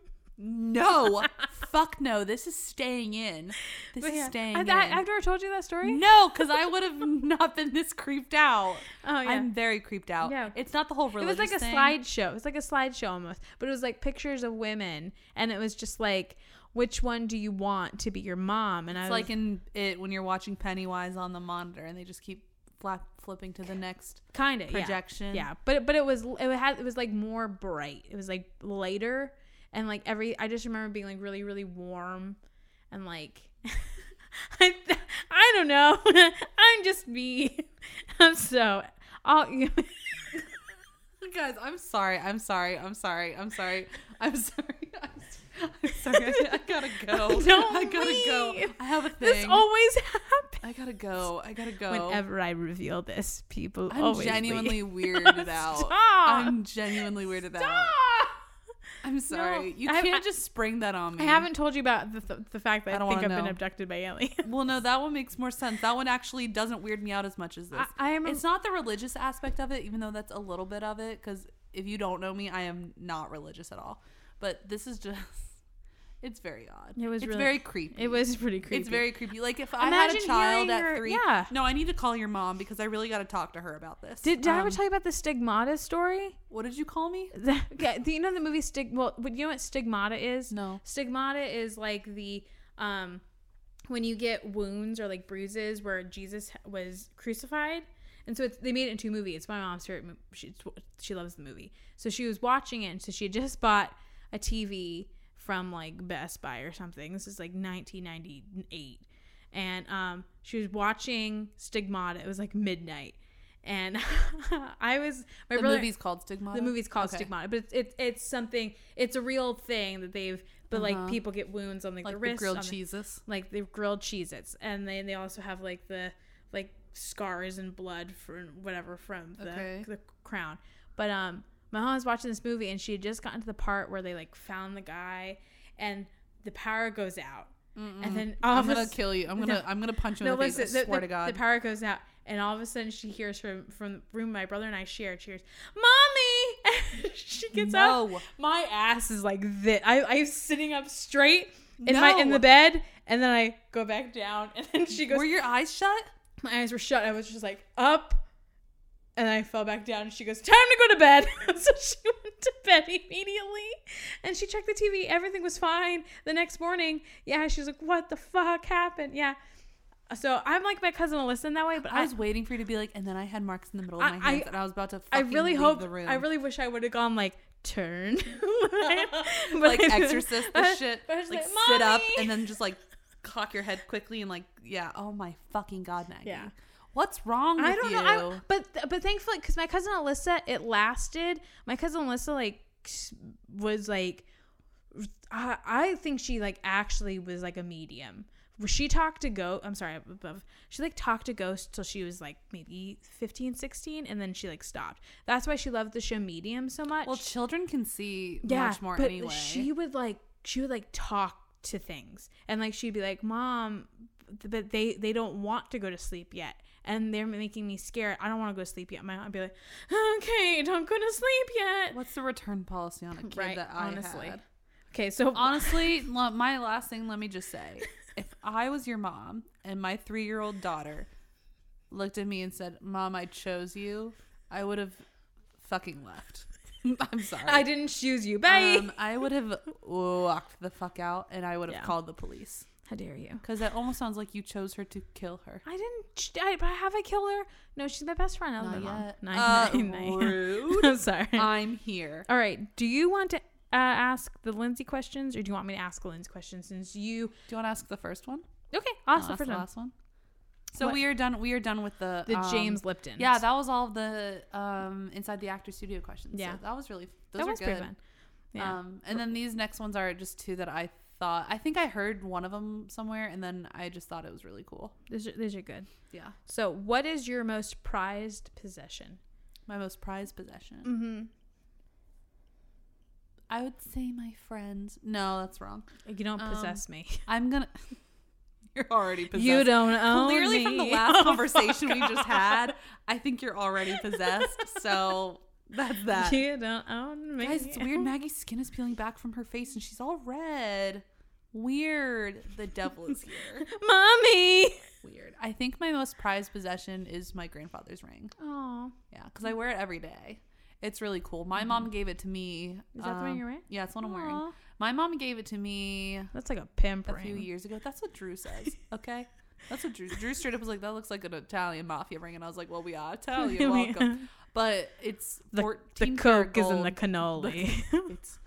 B: No, fuck no. This is staying in. This
A: But
B: is
A: yeah,
B: staying
A: I,
B: in.
A: I, I've never told you that story.
B: no, because I would have not been this creeped out.
A: Oh yeah.
B: I'm very creeped out.
A: Yeah.
B: It's not the whole
A: it was
B: religious
A: like a
B: thing.
A: slideshow. It was like a slideshow almost, but it was like pictures of women, and it was just like, which one do you want to be your mom? And I
B: It's
A: was
B: like in it when you're watching Pennywise on the monitor and they just keep flap, flipping to the next
A: kind of
B: projection.
A: Yeah, but but it was it had it was like more bright. It was like lighter, and like every I just remember being like really really warm, and like. I, I don't know. I'm just me. so, I'll,
B: Guys, I'm sorry. I'm sorry. I'm sorry. I'm sorry. I'm sorry. I'm sorry. I, I gotta go.
A: Don't
B: I gotta go.
A: leave.
B: I have a thing.
A: this always happens.
B: I gotta go. I gotta go.
A: Whenever I reveal this, people
B: Oh. I'm
A: always
B: genuinely
A: leave.
B: weirded out.
A: Stop.
B: I'm genuinely weirded out. I'm sorry. you
A: I have-
B: can't
A: I-
B: just spring that on me.
A: I haven't told you about the, th- the fact
B: I
A: that I,
B: don't
A: think
B: wanna
A: I've been
B: know.
A: abducted by aliens.
B: Well, no, that one makes more sense. That one actually doesn't weird me out as much as this.
A: I, I am.
B: it's not the religious aspect of it, even though that's a little bit of it. Because if you don't know me, I am not religious at all. But this is just. It's very odd.
A: It was
B: It's
A: really-
B: very creepy.
A: it was pretty creepy.
B: It's very creepy. Like if I had a
A: Imagine
B: child
A: hearing
B: at
A: her-
B: three,
A: yeah.
B: No, I need to call your mom because I really got to talk to her about this.
A: Did, did I ever
B: Um,
A: tell you about the stigmata story?
B: What did you call me?
A: The, yeah, do you know the movie Stig? Well, but you know what stigmata is?
B: No.
A: Stigmata is like the um when you get wounds or like bruises where Jesus was crucified. And so it's, they made it into a movie. It's my mom's favorite movie. She, she loves the movie. So she was watching it. And so she had just bought a TV from like Best Buy or something. This is like 1998. And um, she was watching Stigmata. It was like midnight. And I was, my
B: The
A: brother.
B: movie's called Stigmata.
A: The movie's called
B: Uh-huh. Okay.
A: Stigmata, but it's it's it's something. It's a real thing that they've. But
B: Uh-huh.
A: like people get wounds on like,
B: like
A: the
B: the,
A: wrists,
B: grilled
A: on the-
B: cheeses.
A: like the grilled Cheez-Its, and then they also have like the like scars and blood from whatever from the
B: Okay.
A: the crown. But um, my mom was watching this movie, and she had just gotten to the part where they like found the guy, and the power goes out, and then all
B: I'm
A: of a
B: gonna
A: s-
B: kill you. I'm gonna I'm gonna punch you in
A: no,
B: the face.
A: listen,
B: I
A: the,
B: swear
A: the-
B: to God.
A: the power goes out, and all of a sudden she hears from from the room my brother and I share. Cheers, mommy! And she gets
B: No.
A: up. My ass is like this. I I'm sitting up straight in my in
B: No.
A: the bed, and then I go back down, and then she goes.
B: Were your eyes shut?
A: my eyes were shut. I was just like up. And I fell back down. And she goes, "Time to go to bed." so she went to bed immediately, and she checked the TV. Everything was fine. The next morning, yeah, she's like, "What the fuck happened?" Yeah. So I'm like my cousin Alyssa in that way, but
B: I
A: I,
B: was waiting for you to be like, and then I had marks in the middle of
A: I-
B: my hands,
A: I-
B: and I was about to.
A: I
B: Fucking
A: really
B: leave
A: hope,
B: the room.
A: I really wish I would have gone like turn, But
B: like
A: I didn't.
B: exorcist the shit.
A: But I was
B: like
A: like,
B: sit up
A: "Mommy!"
B: and then just like cock your head quickly and like yeah. Oh my fucking God, Maggie.
A: Yeah.
B: What's wrong with
A: I don't
B: you?
A: know. I, but but thankfully, because my cousin Alyssa, it lasted. My cousin Alyssa like s- was like, I, I think she like actually was like a medium. She talked to ghost. I'm sorry, above. She like talked to ghosts till she was like maybe 15, 16, and then she like stopped. That's why she loved the show Medium so much.
B: well, children can see much more anyway.
A: She would like she would like talk to things and like she'd be like mom th- but they they don't want to go to sleep yet and they're making me scared i don't want to go to sleep yet my mom would be like okay don't go to sleep yet
B: What's the return policy on a kid
A: Right,
B: that I
A: honestly.
B: had?
A: okay so
B: Honestly, lo- my last thing, let me just say, if I was your mom and my three-year-old daughter looked at me and said, "Mom, I chose you," I would have fucking left. I'm sorry.
A: i didn't choose you bye
B: Um, I would have walked the fuck out, and I would have
A: Yeah.
B: called the police
A: how dare you
B: because that almost sounds like you chose her to kill her.
A: I didn't. ch- I, but have I killed her? No, she's my best friend. I love
B: Not
A: my mom.
B: yet.
A: Nine,
B: Uh,
A: nine, nine.
B: rude. Um,
A: I'm sorry.
B: I'm here.
A: All right. Do you want to uh, ask the Lindsay questions, or do you want me to ask Lynn's questions? Since you,
B: Do you want to ask the first one?
A: okay,
B: I'll
A: Oh, awesome
B: ask
A: for
B: the
A: them.
B: last one. So
A: What?
B: we are done. We are done with the
A: The
B: um,
A: James Lipton.
B: Yeah, that was all the um inside the actor studio questions. Yeah,
A: Yeah.
B: so that was really those
A: that
B: were
A: was
B: good.
A: pretty fun. Yeah.
B: Um, and then these next ones are just two that I thought I think I heard one of them somewhere, and then I just thought it was really cool.
A: these, are, these are good.
B: Yeah,
A: So, what is your most prized possession?
B: my most prized possession.
A: Mm-hmm.
B: I would say my friends. No, that's wrong.
A: You don't
B: Um,
A: possess me.
B: I'm gonna. You're already possessed.
A: You don't Oh own
B: Clearly,
A: me.
B: from the last conversation we just had, I think you're already possessed. So that's that.
A: You don't own me.
B: Guys, it's weird. Maggie's skin is peeling back from her face and she's all red. Weird. The devil is here.
A: mommy.
B: Weird. I think my most prized possession is my grandfather's ring.
A: Oh,
B: Yeah, because I wear it every day. It's really cool. My
A: Mm-hmm.
B: mom gave it to me.
A: Is that the ring
B: um,
A: you're wearing?
B: Yeah, it's the one I'm wearing.
A: Aw.
B: My mom gave it to me
A: that's like a pimp
B: a
A: ring.
B: few years ago. That's what Drew says. Okay. That's what Drew, Drew straight up was like. That looks like an Italian mafia ring, and I was like, "Well, we are Italian,
A: We
B: Oh, welcome." But it's
A: The- the
B: fourteen. karat
A: coke is in
B: gold.
A: the cannoli.
B: it's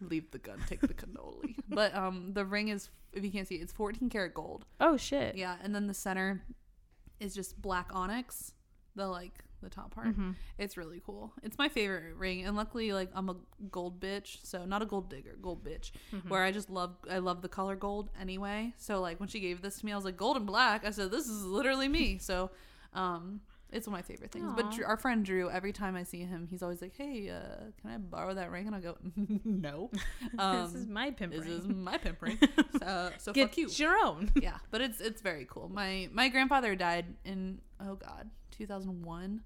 B: leave the gun, take the cannoli. but um, the ring is if you can't see, it, it's 14 karat gold.
A: oh shit.
B: Yeah, and then the center is just black onyx. The like the top part.
A: Mm-hmm.
B: It's really cool. It's my favorite ring, and luckily, like I'm a gold bitch, so not a gold digger, gold bitch.
A: Mm-hmm.
B: Where I just love, I love the color gold anyway. So like when she gave this to me, I was like gold and black. I said this is literally me. So, um. It's one of my favorite things. But
A: Aw.
B: Drew, our friend Drew, every time I see him, he's always like, "Hey, uh, can I borrow that ring?" And I go, "No, um,
A: this is my pimp
B: this
A: ring.
B: is my pimp ring. So, so
A: Get
B: fuck you."
A: your own.
B: yeah, but it's it's very cool. My my grandfather died in oh god, 2001.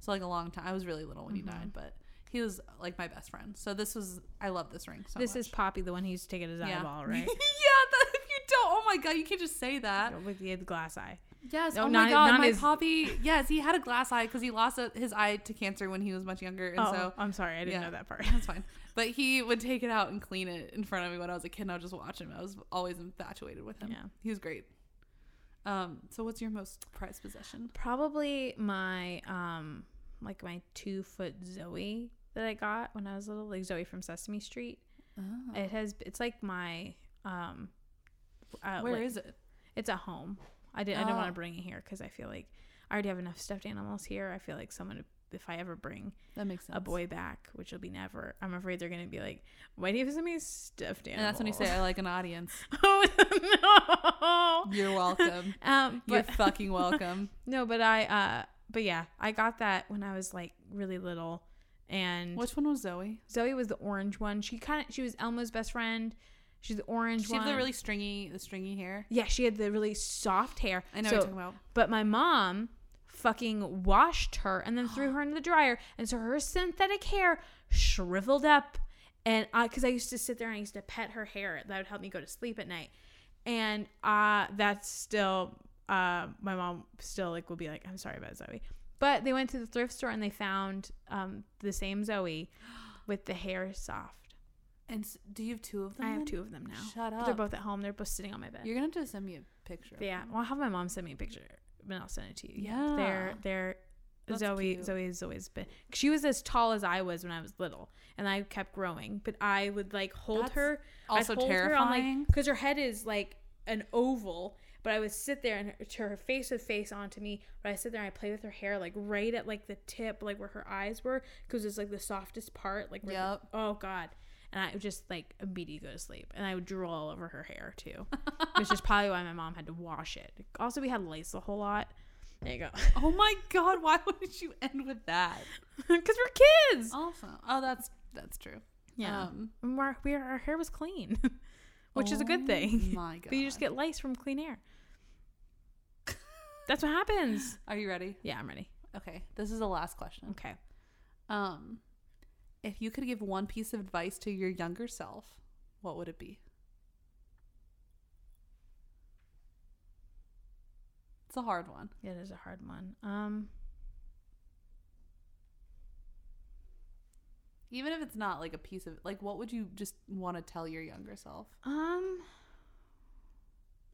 B: So like a long time. I was really little when
A: Mm-hmm.
B: he died, but he was like my best friend. So this was I love this ring so
A: this
B: much.
A: is Poppy, the one who used to take it as
B: yeah.
A: eyeball, right?
B: yeah, that, if you don't. Oh my god, you can't just say that.
A: With the glass eye.
B: Yes.
A: No,
B: oh
A: not-
B: my god,
A: not
B: my
A: his-
B: poppy. Yes, he had a glass eye cuz he lost a, his eye to cancer when he was much younger and
A: oh,
B: so
A: I'm sorry, I
B: yeah.
A: didn't know that part.
B: that's fine. But he would take it out and clean it in front of me when I was a kid and I would just watch him. I was always infatuated with him.
A: Yeah.
B: He was great. Um, so what's your most prized possession?
A: Probably my um like my two foot Zoe that I got when I was little, like Zoe from Sesame Street.
B: Oh.
A: It has it's like my um uh,
B: Where
A: like-
B: is it?
A: It's at home. I didn't. I didn't want
B: Oh.
A: to bring it here because I feel like I already have enough stuffed animals here. I feel like someone, if I ever bring
B: That makes sense.
A: a boy back, which will be never, I'm afraid they're gonna be like, "Why do you have so many stuffed
B: And
A: animals?"
B: that's when you say I like an audience.
A: "Oh no."
B: You're welcome.
A: Um,
B: You're
A: but
B: fucking welcome.
A: no, but I, uh, but yeah, I got that when I was like really little, and
B: Which one was Zoe?
A: Zoe was the orange one. She kind of, she was Elmo's best friend. She's the orange
B: She
A: one.
B: had the really stringy, the stringy hair.
A: yeah, she had the really soft hair.
B: I know what
A: So-
B: you're talking about.
A: But my mom fucking washed her and then threw her into the dryer. And so her synthetic hair shriveled up. And I, because I used to sit there and I used to pet her hair, that would help me go to sleep at night. And uh, that's still, uh, my mom still like will be like, I'm sorry about Zoe. But they went to the thrift store and they found um, the same Zoe with the hair soft.
B: And s do you have two of them?
A: I have
B: then?
A: two of them now.
B: Shut
A: But
B: up.
A: They're both at home. They're both sitting on my bed.
B: You're gonna have to send me a picture. of
A: Yeah.
B: them.
A: Well, I'll have my mom send me a picture, but I'll send it to you.
B: Yeah.
A: They're they're
B: That's
A: Zoe
B: cute.
A: Zoe's always been she was as tall as I was when I was little and I kept growing. But I would like hold
B: That's
A: her
B: also terrifying.
A: because her head is like an oval. But I would sit there and her, to her face would face onto me. But I sit there and I play with her hair like right at like the tip, like where her eyes were, because it's like the softest part. Like where the-
B: Yep.
A: oh god. And I would just like immediately go to sleep, and I would drool all over her hair too, which is probably why my mom had to wash it. Also, we had lice a whole lot. There you go,
B: Oh my god, why would you end with that?
A: because we're kids.
B: Awesome. Oh, that's that's true.
A: Yeah.
B: Um,
A: And our, we, our hair was clean. which is a good thing.
B: Oh My God.
A: But you just get lice from clean air. That's what happens.
B: Are you ready?
A: Yeah, I'm ready.
B: Okay. This is the last question.
A: Okay.
B: Um, if you could give one piece of advice to your younger self, what would it be? It's a hard one.
A: It is a hard one. Um,
B: Even if it's not like a piece of like what would you just want to tell your younger self?
A: um,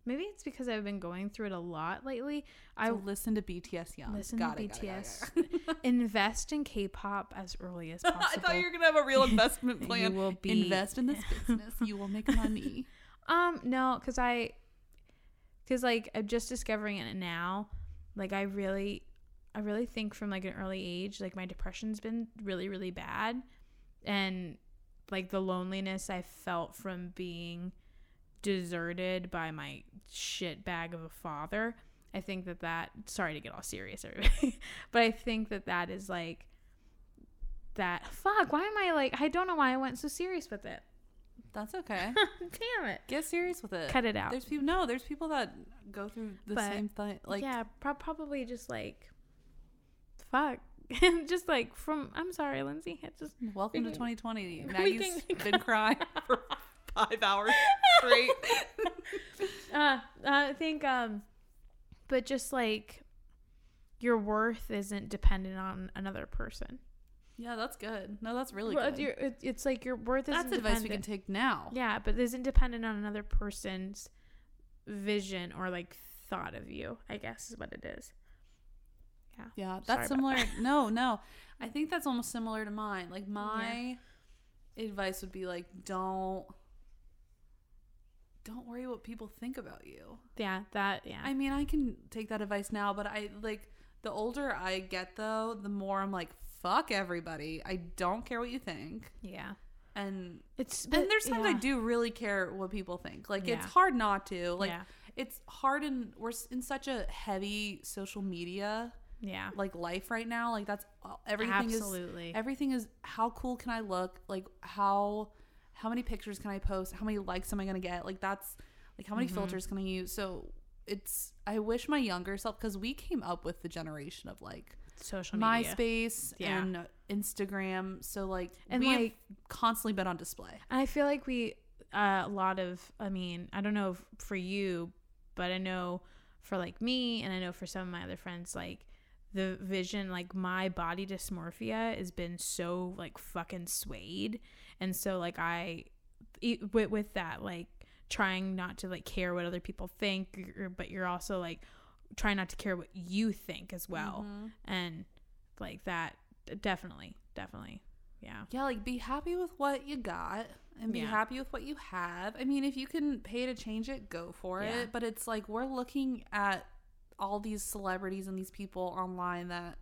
A: maybe it's because I've been going through it a lot lately.
B: I
A: I
B: listen to BTS Young.
A: Listen
B: Got
A: to
B: it, got it, got it,
A: BTS.
B: got it.
A: invest in K-pop as early as possible.
B: I thought you were gonna have a real investment
A: You
B: plan.
A: will be-
B: invest in this business. You will make money.
A: Um, no, because I, because like I'm just discovering it now. Like I really, I really think from like an early age, like my depression's been really, really bad, and like the loneliness I felt from being deserted by my shit bag of a father. I think that that sorry to get all serious, everybody, but I think that that is like that. Fuck, why am I like? I don't know why I went so serious with it.
B: That's okay.
A: Damn it.
B: Get serious with it.
A: Cut it out.
B: There's people. No, there's people that go through the
A: But,
B: same thing. Like
A: yeah prob probably just like fuck just like from i'm sorry lindsay it just
B: Welcome to
A: We can-
B: 2020.
A: we
B: Maggie's
A: can-
B: been crying for five hours straight.
A: uh i think um but just like your worth isn't dependent on another person
B: yeah, that's good. No, that's really
A: Well,
B: good.
A: your- it- it's like your worth
B: that's
A: isn't
B: advice we can
A: dependent.
B: take now.
A: yeah but isn't dependent on another person's vision or like thought of you i guess is what it is
B: Yeah,
A: Sorry
B: that's similar.
A: about
B: no, no. I think that's almost similar to mine. Like my advice would be like don't don't worry what people think about you.
A: yeah that yeah
B: I mean, I can take that advice now, but I like the older I get though, the more I'm like fuck everybody. I don't care what you think.
A: yeah
B: And
A: it's
B: and there's times
A: yeah.
B: I do really care what people think. Like it's
A: Yeah.
B: hard not to. Like
A: Yeah.
B: it's hard and we're s- in such a heavy social media
A: yeah
B: like life right now. Like that's all- everything is
A: absolutely
B: everything is how cool can I look? Like how how many pictures can I post? How many likes am I gonna get? Like that's like how many
A: Mm-hmm.
B: filters can I use? So it's I wish my younger self because we came up with the generation of like
A: social media
B: MySpace
A: Yeah.
B: and Instagram. So like
A: And,
B: we've
A: like-
B: constantly been on display.
A: I feel like we uh, a lot of I mean, I don't know if for you, but I know for like me and I know for some of my other friends like the vision like my body dysmorphia has been so like fucking swayed and so like I e- with, with that like trying not to like care what other people think you're- but you're also like trying not to care what you think as well and like that definitely definitely yeah
B: Yeah, like be happy with what you got and be
A: Yeah.
B: happy with what you have. I mean, if you can pay to change it, go for
A: Yeah.
B: it. But it's like we're looking at all these celebrities and these people online that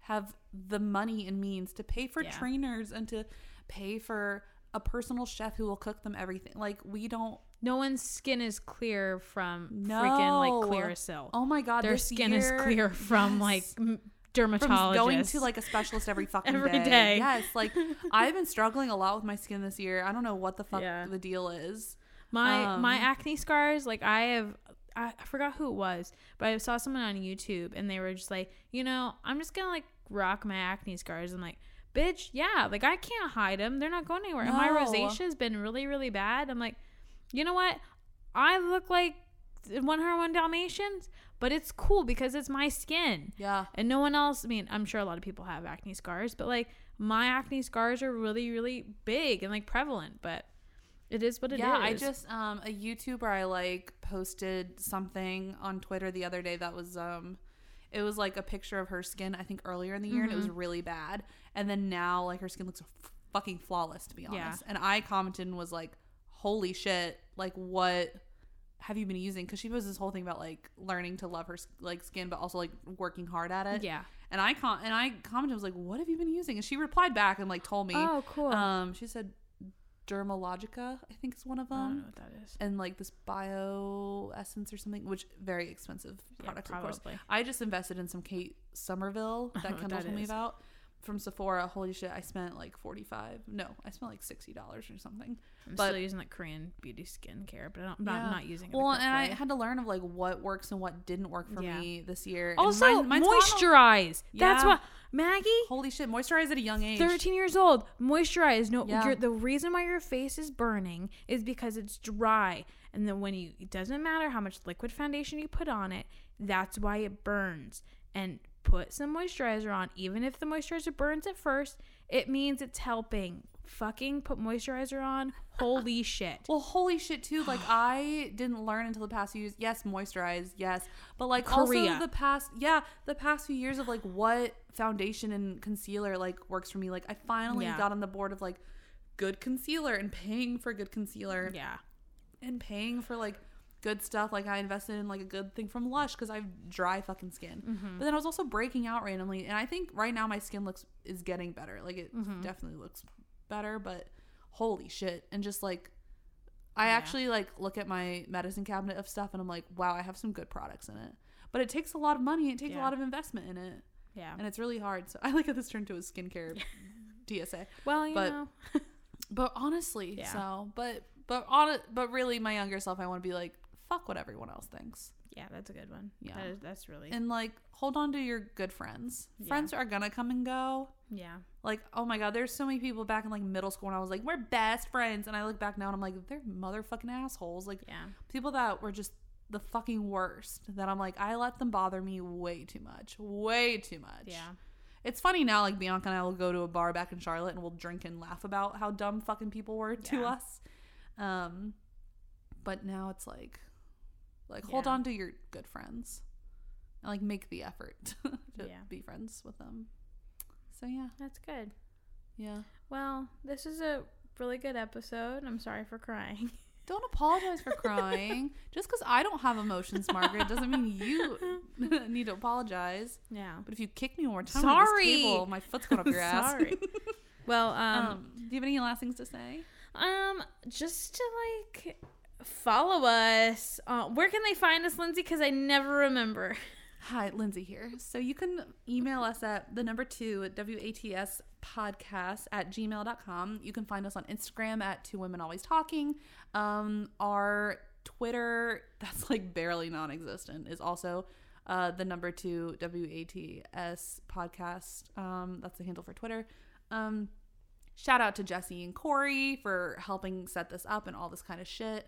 B: have the money and means to pay for
A: Yeah.
B: trainers and to pay for a personal chef who will cook them everything. Like we don't
A: No one's skin is clear from freaking like
B: No.
A: Clearasil.
B: Oh my god,
A: Their
B: this
A: skin
B: year-
A: is clear from
B: Yes.
A: like m-
B: from
A: dermatologists.
B: going to like a specialist every fucking
A: Every
B: day.
A: day.
B: Yes, like I've been struggling a lot with my skin this year. I don't know what the fuck
A: Yeah.
B: the deal is.
A: my my
B: um,
A: acne scars. Like I have, I, I forgot who it was, but I saw someone on YouTube and they were just like, you know, I'm just gonna like rock my acne scars. I'm like, bitch, yeah, like I can't hide them. They're not going anywhere. And my
B: No.
A: rosacea's been really really bad. I'm like, you know what? I look like 101 Dalmatians, but it's cool because it's my skin.
B: Yeah.
A: and no one else i mean i'm sure a lot of people have acne scars but like my acne scars are really really big and like prevalent but it is what it is.
B: yeah, I just um a YouTuber I like posted something on Twitter the other day that was um it was like a picture of her skin I think earlier in the year and it
A: Mm-hmm.
B: was really bad and then now like her skin looks f- fucking flawless to be
A: Yeah.
B: honest. And I commented and was like holy shit, like what have you been using cuz she posted this whole thing about like learning to love her s- like skin but also like working hard at it.
A: yeah
B: And I com- and I commented was like what have you been using? And she replied back and like told me
A: oh cool
B: um she said Dermalogica, I think is one of
A: i don't know
B: them
A: what that is
B: and like this bio essence or something, which very expensive
A: Yeah,
B: products, of course.
A: probably.
B: I just invested in some Kate Somerville that
A: know what
B: Kendall
A: that
B: told me
A: is.
B: about. from Sephora. Holy shit, I spent like 45. No, I spent like $60 or something.
A: I'm
B: But-
A: still using like Korean beauty skincare, but I don't, I'm not-
B: Yeah.
A: I'm not using it.
B: Well,
A: the correct
B: and I
A: way.
B: had to learn of like what works and what didn't work for
A: Yeah.
B: me this year. And
D: Also,
B: mine- mine's gone al-
D: moisturize. That's
B: Yeah.
D: what Maggie.
B: Holy shit, moisturize at a young age.
D: 13 years old, moisturize. No,
B: Yeah.
D: you're, the reason why your face is burning is because it's dry. And then when you, it doesn't matter how much liquid foundation you put on it, that's why it burns. And put some moisturizer on, even if the moisturizer burns at first, it means it's helping. Fucking put moisturizer on. Holy shit.
B: Well, holy shit, too. Like, I didn't learn until the past few years. Yes, moisturize, yes. But, like,
D: Korea.
B: also the past, yeah, the past few years of, like, what foundation and concealer, like, works for me. Like, I finally
A: Yeah.
B: got on the board of, like, good concealer and paying for good concealer
A: yeah,
B: and paying for, like, good stuff. Like, I invested in, like, a good thing from Lush because I have dry fucking skin. But then I was also breaking out randomly. And I think right now my skin looks, is getting better. Like, it definitely looks better, but holy shit. And just, like, I actually like look at my medicine cabinet of stuff and I'm like, wow, I have some good products in it. But it takes a lot of money. It takes a
A: Yeah.
B: lot of investment in it,
A: yeah.
B: and it's really hard. So I like how this turned to a skincare DSA.
D: Well, you
B: but-
D: know.
B: But honestly,
A: Yeah.
B: so but but on but really, my younger self, I want to be like, fuck what everyone else thinks,
A: Yeah, that's a good one.
B: Yeah.
A: that is, that's really
B: and like hold on to your good friends.
A: Yeah.
B: Friends are gonna come and go.
A: yeah.
B: Like oh my god, there's so many people back in like middle school, and I was like, we're best friends, and I look back now and I'm like, they're motherfucking assholes. Like
A: Yeah.
B: people that were just the fucking worst that I'm like I let them bother me way too much way too much
A: Yeah.
B: it's funny now like Bianca and I will go to a bar back in Charlotte and we'll drink and laugh about how dumb fucking people were to
A: Yeah.
B: us um but now it's like like hold
A: Yeah.
B: on to your good friends and like make the effort to
A: Yeah.
B: be friends with them so yeah
A: That's good.
B: yeah
A: Well, this is a really good episode. I'm sorry for crying.
B: don't apologize for crying just because I don't have emotions Margaret doesn't mean you need to apologize
A: Yeah.
B: But if you kick me one more time, on
D: Sorry.
B: this table, my foot's going up your ass.
A: Sorry. well,
B: Um,
A: um,
B: do you have any last things to say?
A: um, just to like follow us. Uh, where can they find us, Lindsay? Because I never remember.
B: Hi, Lindsay here. So you can email us at the number two at WATS podcast at gmail.com. You can find us on Instagram at two women always talking. Um, our Twitter, that's like barely non existent, is also uh, the number two WATS podcast. Um, that's the handle for Twitter. Um, shout out to Jesse and Corey for helping set this up and all this kind of shit.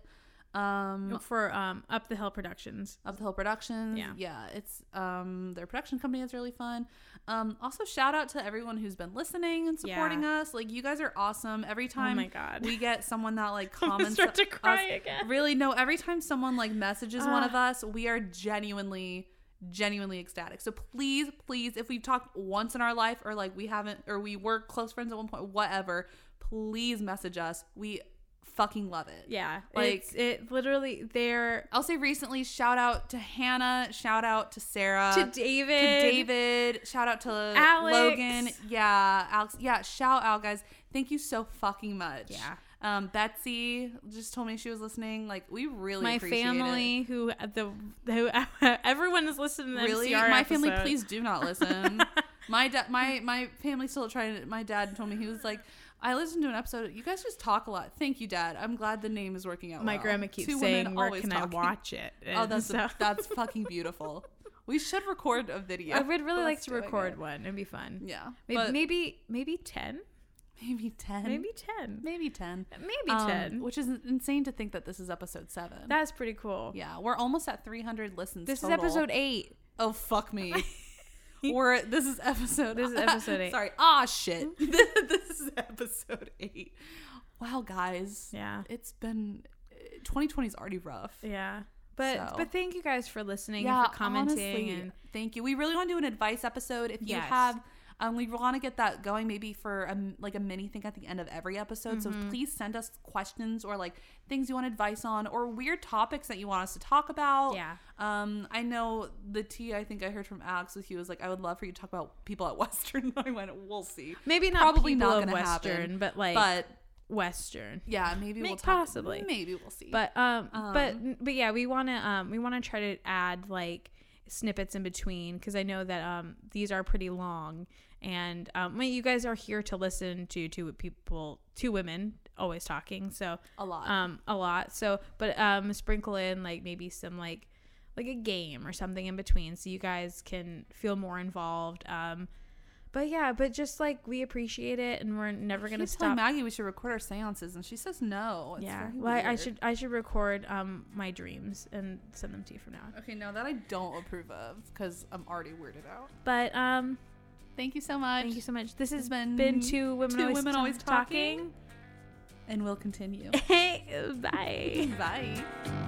B: Um,
A: For um, Up the Hill Productions.
B: Up the Hill Productions.
A: Yeah.
B: Yeah. It's um their production company is really fun. Um also shout out to everyone who's been listening and supporting us. Like you guys are awesome. Every time
A: Oh my God.
B: we get someone that like
A: I'm gonna
B: comments
A: start to
B: us-
A: cry again.
B: Really no, every time someone like messages one
A: Ah.
B: of us, we are genuinely genuinely ecstatic. So please, please if we've talked once in our life or like we haven't or we were close friends at one point, whatever, please message us. We fucking love it.
A: Yeah.
B: Like-
A: Like it literally there
B: I'll say recently, shout out to Hannah, shout out to Sarah,
A: uh, to David.
B: to David, shout out to
A: Alex.
B: Logan. Yeah, Alex. Yeah, shout out, guys. Thank you so fucking much.
A: Yeah.
B: Um, Betsy just told me she was listening. Like, we really
A: my
B: appreciate it.
A: family who the who everyone is listening to the
B: Really,
A: MCR
B: my family,
A: episode.
B: please do not listen. my dad, my my family still trying. to- My dad told me he was like, I listened to an episode. You guys just talk a lot. Thank you, Dad. I'm glad the name is working out.
A: My
B: well.
A: grandma keeps
B: Two women
A: saying, "Where
B: always
A: can I
B: talking."
A: watch it?"
B: Oh,
A: And
B: that's
A: so-
B: that's fucking beautiful. We should record a video.
A: I would really
B: of
A: like
B: us
A: to
B: doing
A: record
B: it.
A: one. It'd be fun.
B: Yeah,
A: Maybe
B: but
A: maybe maybe ten.
B: maybe ten,
A: Maybe ten.
B: maybe ten,
A: Maybe
B: Um,
A: ten.
B: which is insane to think that this is episode seven.
A: That's pretty cool.
B: yeah, we're almost at three hundred listens.
D: This
B: total.
D: is episode eight.
B: Oh fuck me. We're this is episode.
A: This is episode eight.
B: Sorry. Ah shit. this is episode eight. Wow, guys.
A: Yeah.
B: It's been. 2020 is already rough.
A: Yeah. But
B: So.
A: but thank you guys for listening and for commenting
B: honestly,
A: and
B: thank you. We really want to do an advice episode. If you
A: Yes.
B: have, um, we want to get that going maybe for a, like a mini thing at the end of every episode.
A: Mm-hmm.
B: So please send us questions or like things you want advice on or weird topics that you want us to talk about.
A: Yeah.
B: Um, I know the tea I think I heard from Alex with you was like, I would love for you to talk about people at Western. I went, we'll see.
A: maybe not
B: Probably
A: people
B: not
A: of
B: gonna happen,
A: Western, but like
B: But
A: Western.
B: yeah, maybe
A: May-
B: we'll talk.
A: possibly.
B: Maybe we'll see.
A: But um,
B: Um,
A: but but yeah, we want to um we want to try to add like snippets in between because I know that um these are pretty long And um, well, you guys are here to listen to two people, two women always talking. So
B: a lot.
A: um a lot so but um sprinkle in like maybe some like like a game or something in between so you guys can feel more involved um but yeah but just like we appreciate it and we're never
B: I
A: gonna
B: keep telling
A: stop
B: Maggie we should record our seances, and she says no. It's
A: yeah
B: very
A: well I, I
B: weird.
A: should i should record um my dreams and send them to you from now on
B: Okay, no, that I don't approve of because I'm already weirded out.
A: but um
B: Thank you so much.
A: thank you so much this
B: It's
A: has
B: been
A: been two women
B: Two
A: always,
B: Women Always
A: talking,
B: Talking. And we'll continue.
A: talking. bye
B: Bye.